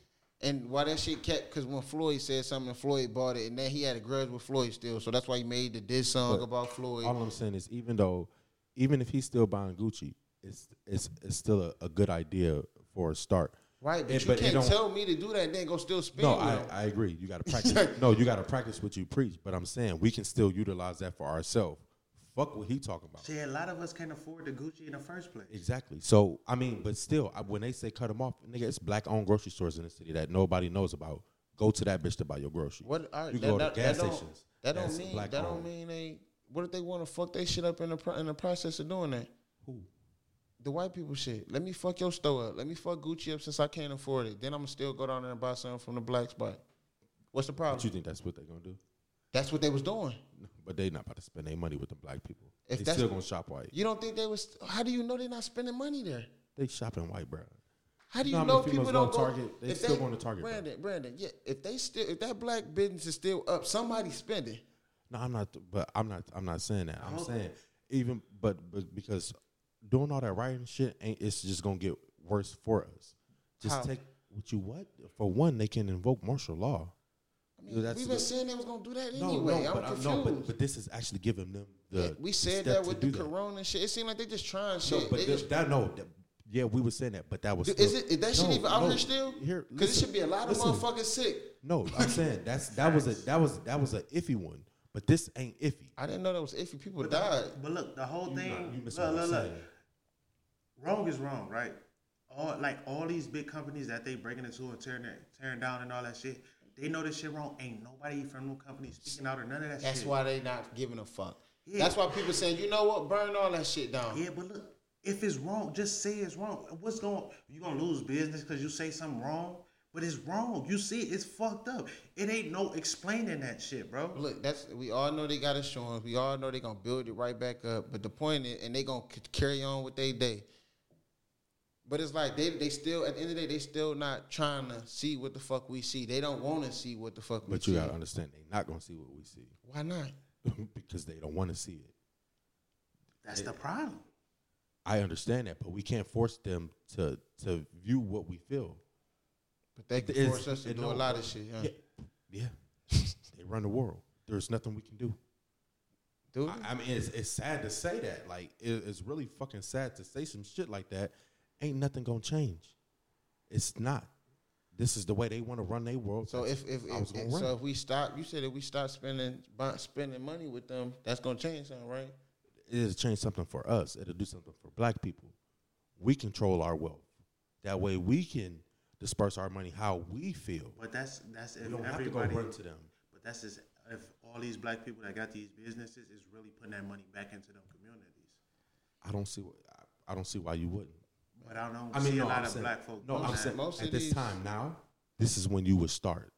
and why that shit kept because when Floyd said something, Floyd bought it, and then he had a grudge with Floyd still, so that's why he made the diss song
But
about Floyd.
All I'm saying is, even though, even if he's still buying Gucci, it's it's it's still a, a good idea for a start.
Right, but
And-
you
but it
can't
don't-
tell me to do that and then go still spend.
No,
with
I,
him.
I agree. You got to practice. no, you got to practice what you preach. But I'm saying we can still utilize that for ourselves. Fuck what he talking about.
Shit, a lot of us can't afford the Gucci in the first place.
Exactly. So I mean, but still, I, when they say cut them off, nigga, it's black-owned grocery stores in the city that nobody knows about. Go to that bitch to buy your groceries.
What uh, all right,
you
that,
go
that,
to gas
that
stations.
Don't, that don't
that's
mean that don't
black-owned.
mean they. What if they want to fuck they shit up in the pro, in the process of doing that?
Who?
The white people shit. Let me fuck your store up. Let me fuck Gucci up since I can't afford it. Then I'm gonna still go down there and buy something from the black spot. What's the problem?
But you think that's what they're gonna do?
that's what they was doing.
No, but they not about to spend their money with the black people.
If
they
that's-
still gonna shop white.
You don't think they was? How do you know they're not spending money there?
They shopping white, bro.
How do you
You know how
know
many females
people don't
go
go?
to Target? They
if
still going to Target, bro.
Brandon, Brandon, yeah. If they still, if that black business is still up, somebody's spending.
No, I'm not. But I'm not. I'm not saying that. I'm saying even, but, but because doing all that writing shit, ain't, it's just gonna get worse for us. Just
How?
take what you what. For one, they can invoke martial law.
I mean,
Yeah, that's
we've
the-
been saying they was gonna do that anyway. I'm
but I-
confused.
no, but, but this is actually giving them the.
Yeah, we
the
said
step
that
to
with
do
the corona shit. It seemed like they just trying
No,
shit.
but
They
the-
just-
that no, that- yeah, we were saying that, but that was.
Dude, is it is that shit
No,
even out
no.
here still?
Here,
Because it
listen,
should be a lot of
listen.
motherfuckers sick.
No, I'm saying that's that was a that was that was an iffy one, but this ain't iffy.
I didn't know that was iffy. People died.
But look, the whole
You,
thing.
you missing
look,
what
look,
I'm
look.
saying.
Wrong is wrong, right? All like all these big companies that they breaking into and tearing it- tearing down and all that shit. They know this shit wrong. Ain't nobody from no company speaking out or none of that
That's
shit.
why they not giving a fuck.
Yeah.
That's why people saying, you know what, burn all that shit down.
Yeah, but look, if it's wrong, just say it's wrong. What's going? You gonna lose business because you say something wrong? But it's wrong. You see, it's fucked up. It ain't no explaining that shit, bro.
Look, that's we all know they got insurance. We all know they gonna build it right back up. But the point is, and they gonna c- carry on with their day. But it's like they they still at the end of the day they still not trying to see what the fuck we see. They don't want to see what the fuck we
But
see.
you gotta understand, they not gonna see what we see
Why not?
because they don't want to see it.
That's the problem.
I understand that, but we can't force them to to view what we feel.
But they could
It's-
force us to
it
do a
don't-
lot of shit. Huh?
Yeah, yeah. they run the world. There's nothing we can do.
Dude,
I, I mean, it's, it's sad to say that. Like, it- it's really fucking sad to say some shit like that. Ain't nothing gonna change. It's not. This is the way they want to run their world.
so if if,
I was
if,
gonna
if
run.
so if we stop, you said if we stop spending bu- spending money with them, that's gonna change something, right?
it'll change something for us. It'll do something for black people. We control our wealth. That way, we can disperse our money how we feel.
But that's that's if
We don't have to go
everybody.
run to them.
But that's just if all these black people that got these businesses is really putting that money back into them communities.
I don't see. wh- I, I don't see why you wouldn't.
But I don't
I mean,
see
no,
a lot
I'm
of
saying,
black folk.
No,
doing
I'm
that.
saying
Most
at
of
this
these-
time now, this is when you would start.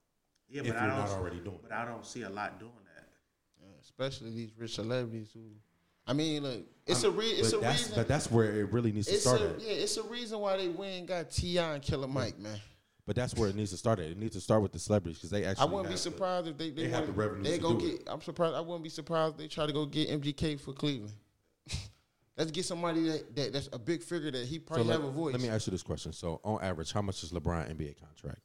yeah,
if
but I
you're
don't.
not already doing
but
it.
I don't see a lot doing that.
Especially these rich celebrities who, I mean, look, it's a re- it's
but
a
that's,
reason.
But that's where it really needs to
it's
start.
a,
at.
yeah, it's a reason why they went and got Ti and Killer Mike, man.
But that's where it needs to start. At. It needs to start with the celebrities because they actually.
I wouldn't be
have the-
surprised if they they,
they have
wanted-
the revenues
They
to
go
do
get. I'm surprised. I wouldn't be surprised if they try to go get MGK for Cleveland. Let's get somebody that, that that's a big figure that he
So
probably
let,
have a voice.
let me ask you this question. So, on average, how much is LeBron NBA contract?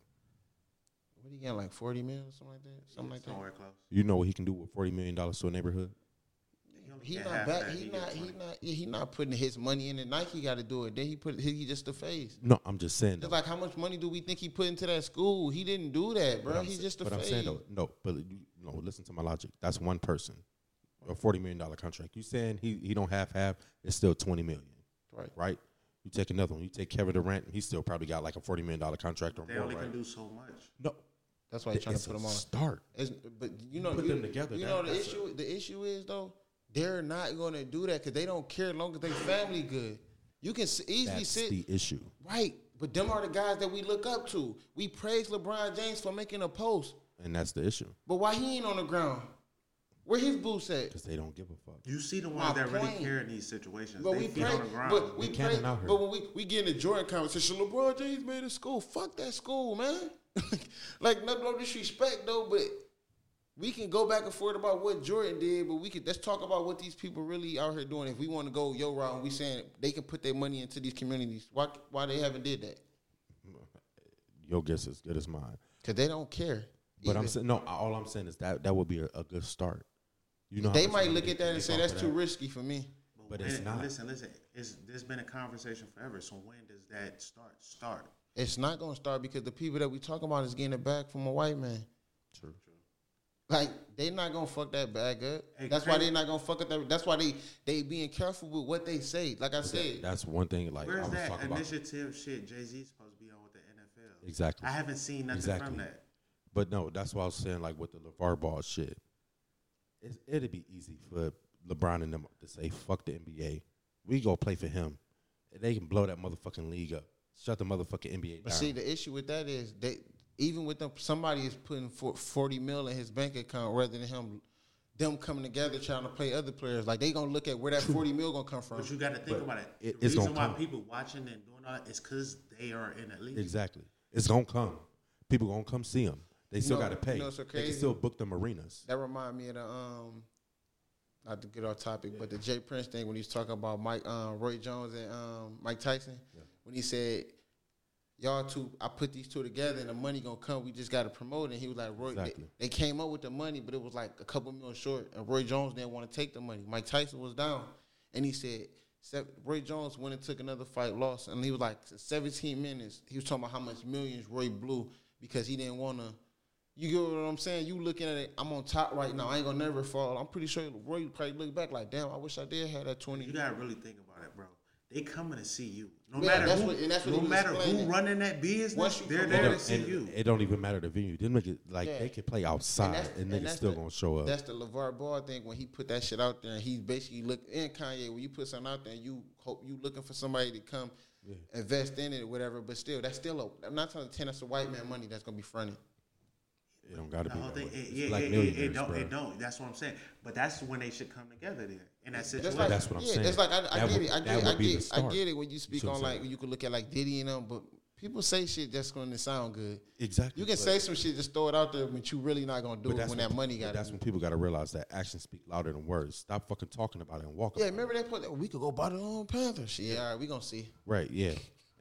what he getting like forty million or something like that? Something like that.
Somewhere close.
You know what he can do with forty million dollars to a neighborhood?
He
Yeah,
not
half
back.
that,
He
he
not.
gets
He
money.
not. Yeah, he not putting his money in. it. Nike got to do it. Then he put. He, he just the face.
No, I'm just saying.
Just
though.
like how much money do we think he put into that school? He didn't do that,
But
bro.
I'm
He's
sa-
just the
But I'm
face.
saying though, no. But you, no, listen to my logic. That's one person, a forty million dollar contract. You saying he he don't have half? It's still twenty million,
Right.
right? You take another one. You take Kevin Durant, he still probably got like a forty million dollar contract or
They
more,
don't
right?
even do so much.
No,
That's why he's trying
it's
to put
a
them on.
Start.
It's, but you know,
Put
you-
them together,
You
that-
know the
that's
issue. the issue is though, they're not going to do that because they don't care as long as they family good. You can s- easily
That's
sit
the issue.
right, but them are the guys that we look up to. We praise LeBron James for making a post,
And that's the issue.
but why he ain't on the ground? Where his boots at?
Because they don't give a fuck.
You see the ones
My
that really
point.
care in these situations.
But
they
we
feet
pray,
on the ground.
but we
can't
pray,
allow her.
but when we we get in the Jordan conversation, LeBron James made a school. Fuck that school, man. like no, no disrespect though, but we can go back and forth about what Jordan did, but we could let's talk about what these people really out here doing. If we want to go yo route, and we saying they can put their money into these communities, why why they haven't did that?
Your guess is good as mine.
Because they don't care.
But I'm
Even-
saying no. All I'm saying is that that would be a, a good start. You know, how
they
much
might
money
look at that
can
and
make
say
off
that's
of
too
that.
risky for me.
but it's
when-
not.
Listen, listen. It's, there's been a conversation forever. So when does that start? Start.
It's not gonna start because the people that we talking about is getting it back from a white man.
True.
Like they not gonna fuck that bag up.
Hey,
that's why
Chris-
they not gonna fuck up that. That's why they they being careful with what they say. Like I said,
That's one thing. Like I
Where's
was
that
talking about.
initiative shit Jay Z's supposed to be on with the NFL?
Exactly.
I haven't seen nothing
Exactly.
from that.
But no, that's why I was saying like with the LeVar Ball shit. It's, it'd be easy for LeBron and them to say fuck the NBA. We go play for him. They can blow that motherfucking league up. Shut the motherfucking NBA down.
but see the issue with that is they even with them somebody is putting for forty mil in his bank account rather than him them coming together trying to play other players. Like they gonna look at where that forty mil gonna come from.
But you got to think
But
about it.
it-
the
it's
reason why
gonna come.
people watching and doing all that is because they are in the league.
exactly. It's gonna come. People gonna come see them. They still
know-
gotta pay.
you know, it's so
They
crazy.
can still book them arenas.
That remind me of the um, not to get off topic, but the Jay Prince thing when he was talking about Mike, um, Roy Jones and um, Mike Tyson, when he said, "Y'all two, I put these two together, and the money gonna come. We just gotta promote." it." And he was like, "Roy, they-
Exactly.
they, came up with the money, but it was like a couple million short, and Roy Jones didn't want to take the money. Mike Tyson was down, and he said." "Sep- Roy Jones went and took another fight, lost, and he was like 17 minutes. He was talking about how much millions Roy blew because he didn't want to you get what I'm saying? You looking at it, I'm on top right now. I ain't gonna never fall. I'm pretty sure Roy probably look back like, damn, I wish I did have that 20.
You got to really think about it, bro. They coming to see you. No
Yeah,
matter
that's
who,
what- and that's what
no
he was
matter who
explaining.
running that
Once
business,
you
they're
come
there
up-
to see
and
you.
It don't even matter the venue. Them niggas, like
Yeah.
they can play outside, and, niggas
that's
still
the-
gonna show up.
That's the LeVar Ball thing when he put that shit out there and he basically looked in Kanye. When you put something out there, you hope you looking for somebody to come invest in it or whatever, but still, that's still a, I'm not trying to tell that's a white man money that's gonna be fronted.
It don't gotta
The
be
whole
that way.
thing, it,
It's
yeah,
black
it, it, it
millionaires,
don't,
bro.
it don't. That's what I'm saying. But that's when they should come together there in that
That's
situation.
like,
That's what I'm
yeah,
saying.
It's like I, I
That
get
would-
it. I
that
get.
would
I
be the
get. I
start.
get it when you speak
what I'm
on
saying?
like you can look at like Diddy and them, but people say shit that's going to sound good.
Exactly,
You can
but-
say some shit, just throw it out there, but you really not going to do
But
it when, that
that's when-
money
but
got.
That's when people gotta realize that actions speak louder than words. Stop fucking talking about it and walk.
Yeah,
about it.
remember that point? We could go buy the own Panther. Shit, yeah, all right, we gonna see.
Right? Yeah,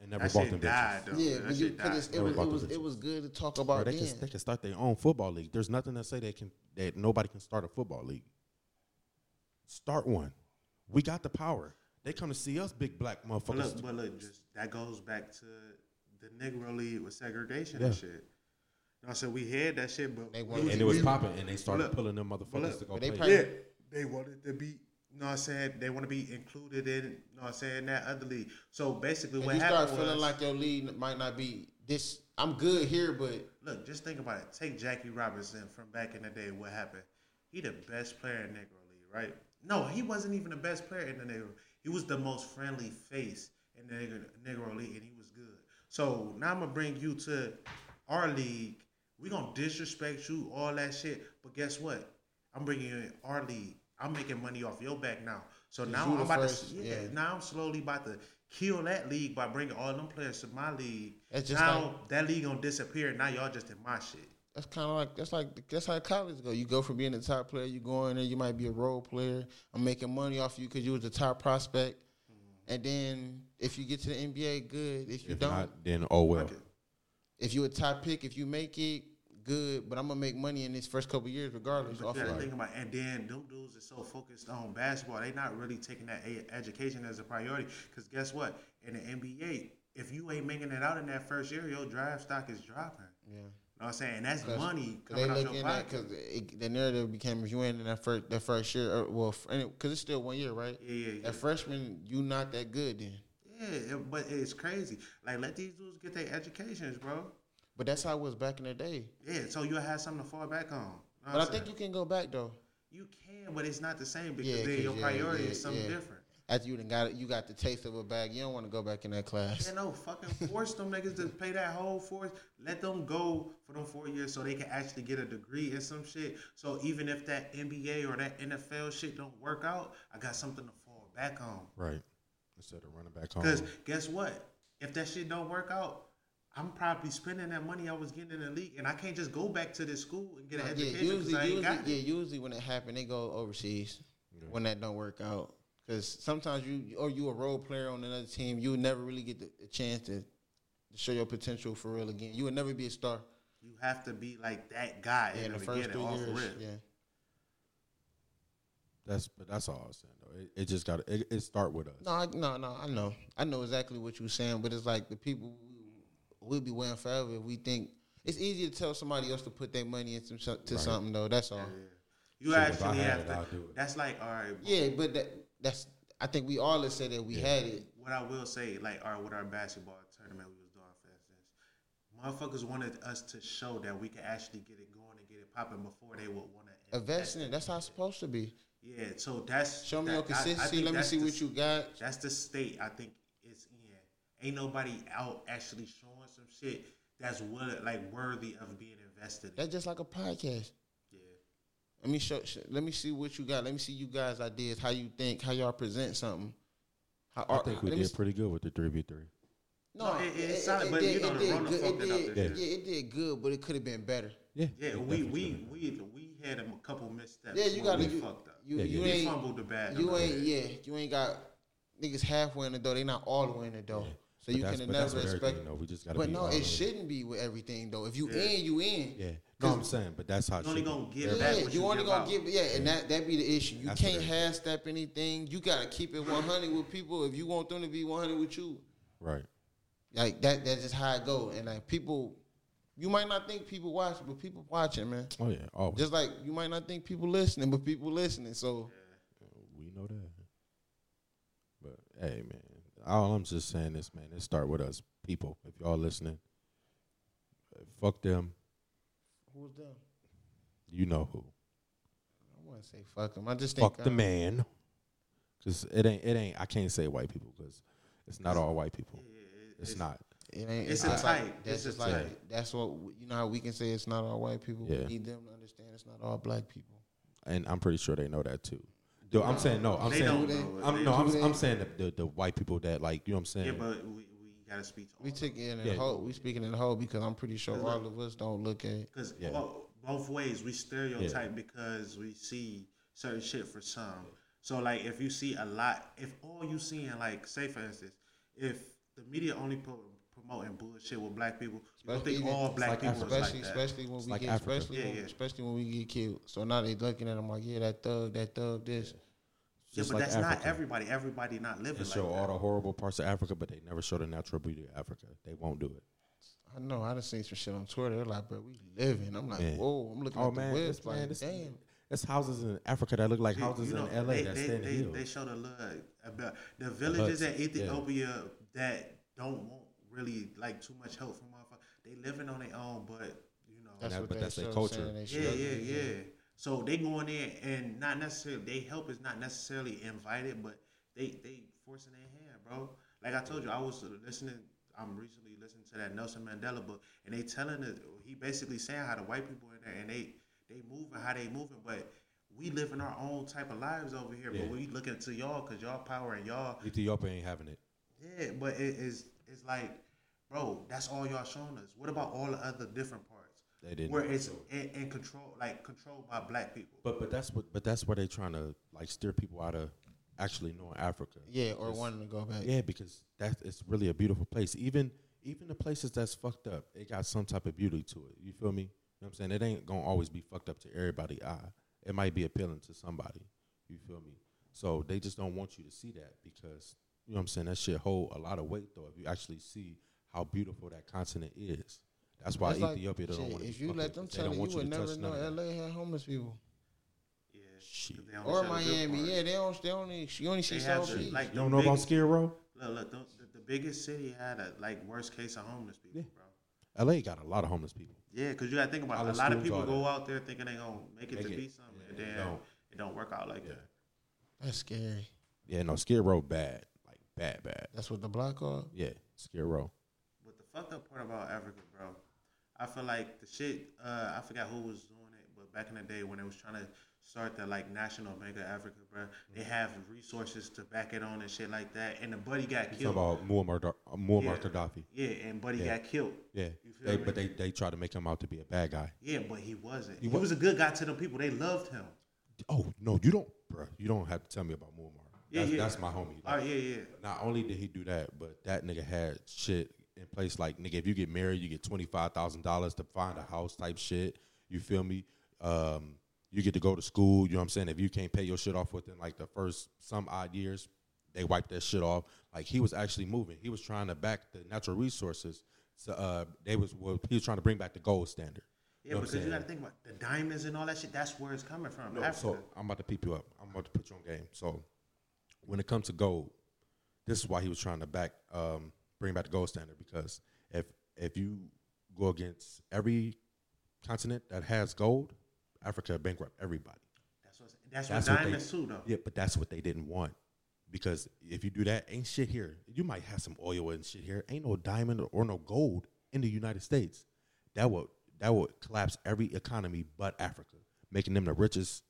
and never
That
bought
shit
them
died,
bitches.
though.
Yeah,
that
but you,
shit
but
died.
it's, it,
Never
was,
bought
it was
them
it was good to talk
Bro,
about
they
then.
can they can start their own football league. There's nothing that say they can that nobody can start a football league. Start one. We got the power. They come to see us, big black
But
motherfuckers.
look, but look, just that goes back to the Negro League with segregation and
Yeah.
shit. You know, so we had that shit, but
They
we-
wanted
and it was
we-
popping, and they started
look,
pulling them motherfuckers
look,
to go
but they
play.
probably-
Yeah, they wanted to be. You know what I'm saying? They want to be included in, you know what I'm saying, that other league. So basically
And
what
you
happened
start feeling
was,
like your lead might not be this. I'm good here, but
look, just think about it. Take Jackie Robinson from back in the day, what happened? He the best player in Negro League, right? No, he wasn't even the best player in the Negro. He was the most friendly face in the Negro, Negro League, and he was good. So now I'm gonna bring you to our league. We gonna disrespect you, all that shit. But guess what? I'm bringing you in our league. I'm making money off your back now. So now
you
I'm
the
about
first,
to, yeah,
yeah.
Now I'm slowly about to kill that league by bringing all them players to my league.
That's just
now that league gonna disappear. Now y'all just in my shit.
that's kind of like that's like that's how college go. You go from being the top player, you go in there, you might be a role player. I'm making money off you because you was the top prospect.
Mm-hmm.
And then if you get to the NBA, good. If you
if
don't,
not, then oh well.
Okay.
if you a top pick, if you make it, good. But I'm gonna make money in this first couple years regardless.
But
Off
you gotta
of-
think about, and then them dudes are so focused on basketball, they not really taking that e- education as a priority. Because guess what? In the NBA, if you ain't making it out in that first year, your draft stock is dropping.
yeah.
You know what I'm saying? And that's
'Cause-
money
'cause
coming out
they looking
your
at
pocket.
because the narrative became if you ain't in that first that first year, or, well, because it's still one year, right?
Yeah, yeah, yeah.
At freshman, you not that good then.
Yeah, it- but it's crazy. Like, let these dudes get their educations, bro.
But that's how it was back in the day.
Yeah, so you have something to fall back on. Know what
But I
I'm
think you
saying?
can go back though.
you can, but it's not the same because
Yeah,
then
'cause
your
yeah,
priority
yeah,
is something
yeah.
different.
After you done got it, you got the taste of a bag. You don't want to go back in that class.
Yeah, no, fucking force them niggas to pay that whole force. Let them go for them four years so they can actually get a degree and some shit. So even if that NBA or that NFL shit don't work out, I got something to fall back on.
Right. Instead of running back
Because
home.
guess what? If that shit don't work out, I'm probably spending that money I was getting in the league, and I can't just go back to this school and get an
Yeah,
education 'cause
usually,
I ain't
usually, yeah,
got it.
usually when it happen, they go overseas when that don't work out. Because sometimes you or you a role player on another team, you would never really get the, the chance to, to show your potential for real again. You would never be a star
You have to be like that guy
yeah,
in
in
the
the first
beginning,
three
off
years.
rip.
Yeah,
That's but that's all I'm saying though. It, it just got it, it start with us.
no, I, no, no. I know, I know exactly what you're saying, but it's like the people we'll be waiting forever if we think it's easy to tell somebody else to put their money into some, to something though. That's all.
You
Shit, if I
actually
had
have
it,
to.
I'll do it.
That's like all right.
Yeah, but that, that's I think we all have said that we had it.
what I will say, like, all right, with our basketball tournament we was doing for instance, motherfuckers wanted us to show that we could actually get it going and get it popping before they would want to
Invest in it. That's how it's supposed to be.
Yeah, so that's
Show me
that-
your
I- I think
consistency. Let me
that's
see
the-
what you got.
That's the state I think it's in. Ain't nobody out actually showing some shit that's what like worthy of being invested. in.
That's just like a podcast.
Yeah,
Let me show. sh- Let me see what you got. Let me see you guys' ideas. How you think? How y'all present something? How,
I think we
let
did
me s-
pretty good with the three v three.
No, it- it sounded- but you know the runner fucked it up
did,
this
yeah, it did good, but it could have been better.
Yeah.
yeah.
it
We
definitely
we
could've been.
we we had a couple missteps.
Yeah, you
where
gotta
we
you,
fucked up.
you,
Yeah,
you
yeah.
we
ain't
fumbled the bag.
you
on that.
ain't yeah you ain't got niggas halfway in the door. They not all the way in the door. So
But
you
that's-
can
but that's
never
with
expect.
everything, though. We just gotta
but
be
no,
all
it
in.
shouldn't be with everything though. If you
Yeah.
in, you in.
Yeah. No, I'm saying, but that's how it
You only
should be.
gonna get
Every-
back
Yeah,
what
you,
you
only
give
gonna
out.
give yeah, and that that be the issue. You
That's what
can't
it is.
half step anything. You gotta keep it one hundred with people if you want them to be one hundred with you.
Right.
Like that that's just how it go. And like people you might not think people watch, but people watching, man.
Oh yeah. Always.
Just like you might not think people listening, but people listening. So
We know that. But hey, man, all I'm just saying is, man, it start with us people. If y'all listening, Uh, fuck them.
who's them?
You know who?
I wanna say fuck them. I just think
Fuck the
uh,
man. Cause it ain't, it ain't. I can't say white people because it's not all white people. It's, not.
It ain't,
It's a
just like-
type.
That's
It's a
just like
type.
that's what you know how we can say it's not all white people.
Yeah.
We need them to understand it's not all black people.
and I'm pretty sure they know that too. Dude, I'm saying no. I'm
They
saying
don't know it.
I'm
They
no.
don't
I'm,
know
I'm
it.
saying the, the the white people that like you know what I'm saying.
Yeah, but we, we gotta speak to all
We took it in
Yeah.
the whole. We speaking in the whole because I'm pretty sure all of us don't look at. it.
because
Yeah.
both ways we stereotype because we see certain shit for some. So like if you see a lot, if all you seeing like say for instance, if the media only pro- promoting bullshit with black people, you don't think
Especially-
all black
like
people is
Especially,
like that.
especially when we
like
get,
Africa.
especially,
Yeah,
when,
yeah.
especially when we get killed. So now they looking at them like, yeah, that thug, that thug, this.
yeah,
Just
but
like
that's not
Africa.
everybody. Everybody not living
They
like
show
that.
all the horrible parts of Africa, but they never show the natural beauty of Africa. They won't do it.
I know. I done seen some shit on Twitter. They're like, bro, we living. I'm like,
Yeah.
whoa. I'm looking
Oh
at
man,
the
this
webs like,
man, this
damn.
It's houses in Africa that look like
You-
houses
you know,
in LA
they,
that's
they,
in the
they,
hill.
they show the love about the villages in Ethiopia that don't want really like too much help from motherfuckers. They living on their own, but you know,
That's
that-
what
but
they
that's their
show,
culture.
saying they
yeah,
struggling.
yeah, yeah, So they going in and not necessarily they help is not necessarily invited, but they they forcing their hand, bro. Like I told you, I was listening. I'm recently listening to that Nelson Mandela book, and they telling it. He basically saying how the white people in there and they they moving how they moving, but we living our own type of lives over here. But we looking to y'all because y'all power and y'all
Ethiopia ain't having it.
yeah, but it is it's like, bro, that's all y'all showing us. What about all the other different parts?
They didn't
Where
know,
it's
so-
in, in control, like controlled by black people.
But but that's what but that's where they trying to like steer people out of actually knowing Africa.
Yeah, or wanting to go back.
Yeah, because that it's really a beautiful place. Even even the places that's fucked up, it got some type of beauty to it. You feel me? You know what I'm saying? It ain't gonna always be fucked up to everybody eye. It might be appealing to somebody. You feel me? So they just don't want you to see that because you know what I'm saying, that shit hold a lot of weight though if you actually see how beautiful that continent is. That's why
It's like,
Ethiopia
shit,
don't want to
if you let them tell it, you would never know LA had homeless people
Yeah.
Shit.
'cause they don't show
or
the good
Miami.
parts.
Yeah, they don't. They only. You only see
They have
South
the,
Beach.
like
You don't
the
know about
biggest-
Skid Row?
Look, look, the, the, the biggest city had a like worst case of homeless people, bro.
LA got a lot of homeless people.
Yeah, because you got to think about
All
it. a
the
lot of
schools
people
are
go out there thinking they gonna make it
Make
to
it.
be something, and
Yeah,
then
no.
it don't work out like
Yeah.
that.
That's scary.
Yeah, no, Skid Row bad, like bad, bad.
That's what the block called.
Yeah, Skid Row.
But the fucked up part about Africa, bro, I feel like the shit. Uh, I forgot who was doing it, but back in the day when they was trying to start the like national mega Africa, bro,
Mm-hmm.
they have resources to back it on and shit like that. And the buddy got
You talk
killed.
about Muammar, Dar- Muammar
Yeah.
Gaddafi.
yeah, and buddy
Yeah.
got killed.
Yeah,
You feel
they,
me?
but they they try to make him out to be a bad guy.
Yeah, but he wasn't. He,
wa-
was a good guy to them people. They loved him.
Oh no, you don't, bro. You don't have to tell me about Muammar.
Yeah,
That's,
yeah.
that's my homie.
Oh
Like,
yeah, yeah.
Not only did he do that, but that nigga had shit in place. Like nigga, if you get married, you get twenty five thousand dollars to find a house type shit. You feel me? Um, you get to go to school. You know what I'm saying? If you can't pay your shit off within like the first some odd years, they wipe that shit off. Like he was actually moving. He was trying to back the natural resources. So uh, they was well, he was trying to bring back the gold standard.
Yeah,
know what I'm
because you
saying?
got to think about the diamonds and all that shit. That's where it's coming from.
No,
Africa.
so I'm about to peep you up. I'm about to put you on game. So when it comes to gold, this is why he was trying to back um, bring back the gold standard because if if you go against every continent that has gold, Africa bankrupt everybody.
that's what, that's,
That's
what
what they-
diamonds too, though.
Yeah, but that's what they didn't want. Because if you do that, ain't shit here. You might have some oil and shit here. Ain't no diamond or no gold in the United States. That would that would collapse every economy but Africa, making them the richest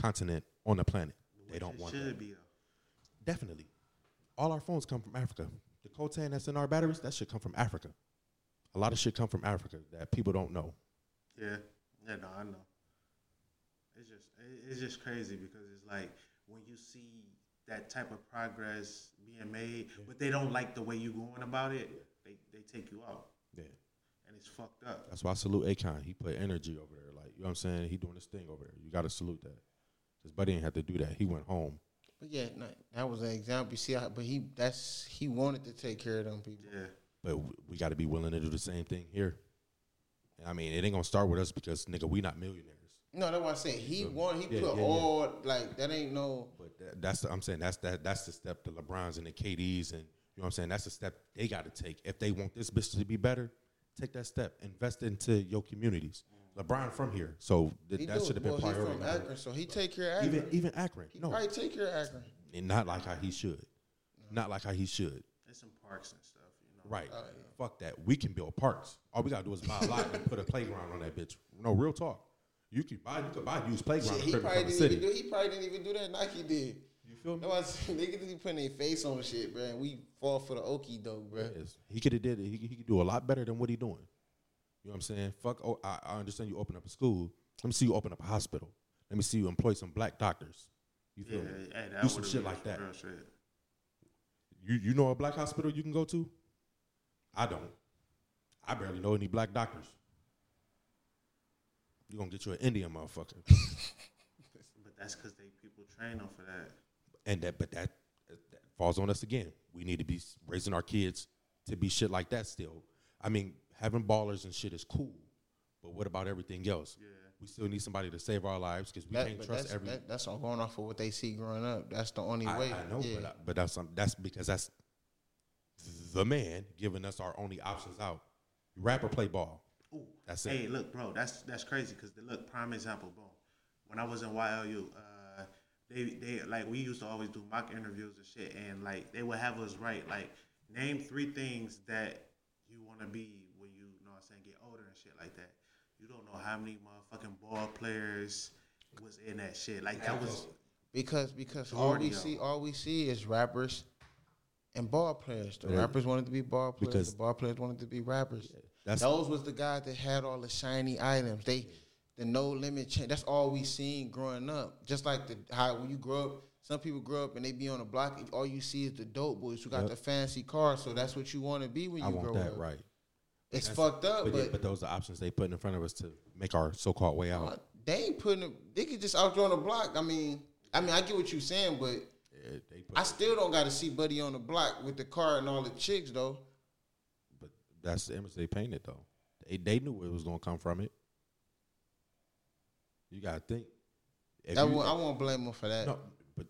continent on the planet. They don't
It
want
should
that.
be. A,
Definitely. All our phones come from Africa. The coltan that's in our batteries, that should come from Africa. A lot of shit come from Africa that people don't know.
Yeah, yeah, no, I know. It's just it- it's just crazy because it's like when you see that type of progress being made, but they don't like the way you going about it. They they take you out,
Yeah.
and it's fucked up.
That's why I salute Akon. He put energy over there. Like, you know what I'm saying? He doing his thing over there. You gotta salute that. Cause Buddy didn't have to do that. He went home.
But yeah, no, that was an example. You see, how, but he that's he wanted to take care of them people.
Yeah,
But w- we gotta be willing to do the same thing here. And I mean, it ain't gonna start with us because nigga, we not millionaires.
No, that's why I said he
Yeah.
wanted. He
Yeah,
put
yeah, yeah.
all like that ain't no.
But that, that's the, I'm saying that's that that's the step the LeBrons and the KDs and you know what I'm saying? That's the step they gotta take. If they want this bitch to be better, take that step. Invest into your communities. LeBron from here. So th-
He
that
do.
should have been
well,
priority.
He from
number-
Akron, so he take care of Akron.
Even even Akron.
he
No.
probably take care of Akron.
And not like how he should. Not like how he should.
there's some parks and stuff, you know.
Right. Fuck that. We can build parks. All we gotta do is buy a lot and put a playground on that bitch. No real talk. You can buy you can buy a used playground
Shit,
and
he
turn it
probably
from the
didn't
city.
even do. He probably didn't even do that. Nike did.
you feel me?
That's why I said, niggas be putting their face on shit, bro. And we fall for the okie doke, bro.
Yes. He could have did it. He, he could do a lot better than what he doing. You know what I'm saying? Fuck oh I, I understand you open up a school. Let me see you open up a hospital. Let me see you employ some black doctors. You
Yeah,
feel me?
hey, that
do some
would've
shit
been
like that.
real shit.
You you know a black hospital you can go to? I don't. I barely know any black doctors. You gonna get you an Indian motherfucker,
But that's because they people train them for that.
and that but that, that falls on us again. We need to be raising our kids to be shit like that. Still, I mean, having ballers and shit is cool, but what about everything else? Yeah. We still need somebody to save our lives because we
That-
can't
but
trust
that's,
every.
that- that's all going off of what they see growing up. That's the only
I,
way.
I know,
yeah.
but I, but that's some- that's because that's the man giving us our only options out. Rap or play ball.
Ooh.
That's it.
Hey, look, bro, that's that's crazy because look, prime example, boom. When I was in YLU, uh, they they like we used to always do mock interviews and shit, and like they would have us write like name three things that you want to be when you, you know what I'm saying get older and shit like that. You don't know how many motherfucking ball players was in that shit. Like that was
because because
Oh,
all we
Cardio.
see all we see is rappers and ball players. The rappers wanted to be ball players.
Because-
the ball players wanted to be rappers.
that's-
Those was the guys that had all the shiny items. They the no limit chain. That's all we seen growing up. Just like the how when you grow up, some people grow up and they be on the block. and All you see is the dope boys who got
Yep.
the fancy cars. So that's what you want to be when you
I
grow
want that
up.
right.
It's fucked up,
But,
but,
yeah, but those are options they put in front of us to make our so-called way out.
they ain't putting. it- They could just out there on the block. I mean, I mean, I get what you saying, but
Yeah, they put-
I still don't got to see Buddy on the block with the car and all the chicks though.
but that's the image they painted, though. They, they knew where it was going to come from. It. You got to think. If
That
you-
one, I won't blame him for that.
no, but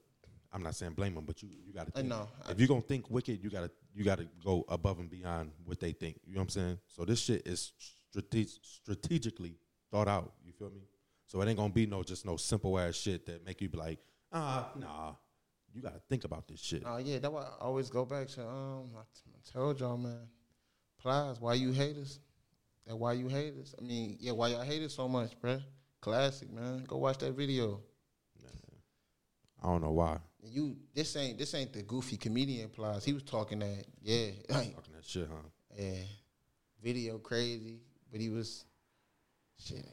I'm not saying blame them, but you you got to.
I know.
If you're gonna think wicked, you gotta you gotta go above and beyond what they think. You know what I'm saying? So this shit is strate- strategically thought out. You feel me? So it ain't gonna be no just no simple ass shit that make you be like, ah, nah. You gotta think about this shit.
Oh yeah, that's why I always go back to um. I, t- I told y'all, man. Plies, why you hate us? And why you hate us? I mean, yeah, why y'all hate us so much, bruh? Classic, man. Go watch that video.
I don't know why.
And you, this ain't this ain't the goofy comedian plies. He was talking that, yeah, like,
Talking that shit, huh?
yeah, video crazy, but he was, shit.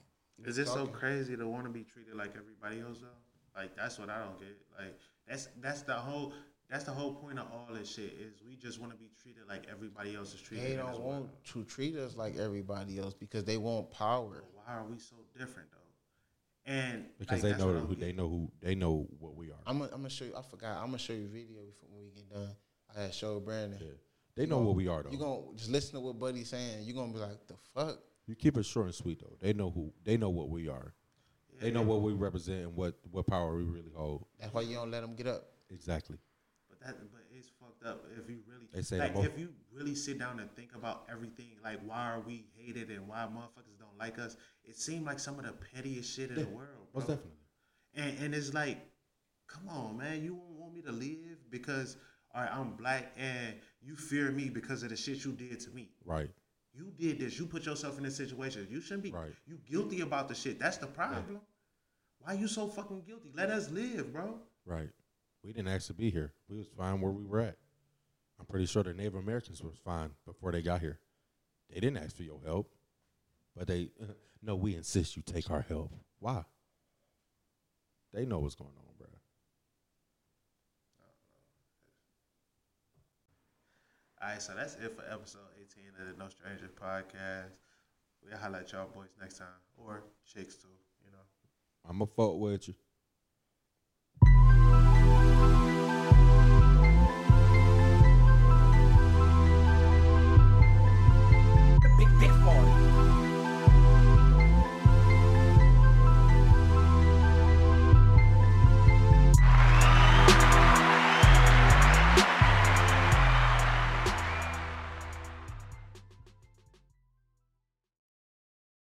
Is it so
Talking.
crazy to want to be treated like everybody else though? Like that's what I don't get. Like that's that's the whole that's the whole point of all this shit is we just want to be treated like everybody else is treated.
They
in this
don't
world.
want to treat us like everybody else because they want power.
Why are we so different though? And
Because
like,
they
that's
know
what I don't
who
get.
they know who they know what we are.
I'm gonna I'm gonna show you. I forgot. I'm gonna show you a video before when we get done. I had showed Brandon.
Yeah. They know what we are though.
You gonna just listen to what Buddy's saying. You are gonna be like, the fuck.
You keep it short and sweet though. They know who they know what we are. They know what we represent and what what power we really hold.
That's why you don't let them get up.
Exactly.
But that, but it's fucked up. If you really,
They say
like,
the mo-
if you really sit down and think about everything, like why are we hated and why motherfuckers don't like us, it seemed like some of the pettiest shit in the world.
Most
bro.
definitely.
And and it's like, come on, man, you won't want me to live because all right, I'm black and you fear me because of the shit you did to me.
Right.
You did this. You put yourself in this situation. You shouldn't be.
Right.
You guilty about the shit. That's the problem. Why you so fucking guilty? Let us live, bro.
Right. We didn't ask to be here. We was fine where we were at. I'm pretty sure the Native Americans was fine before they got here. They didn't ask for your help. But they no, we insist you take our help. Why? They know what's going on, bro.
All right, so that's it for episode 18 of the No Strangers podcast. We'll highlight y'all boys next time, or chicks too, you know.
I'ma fuck with you.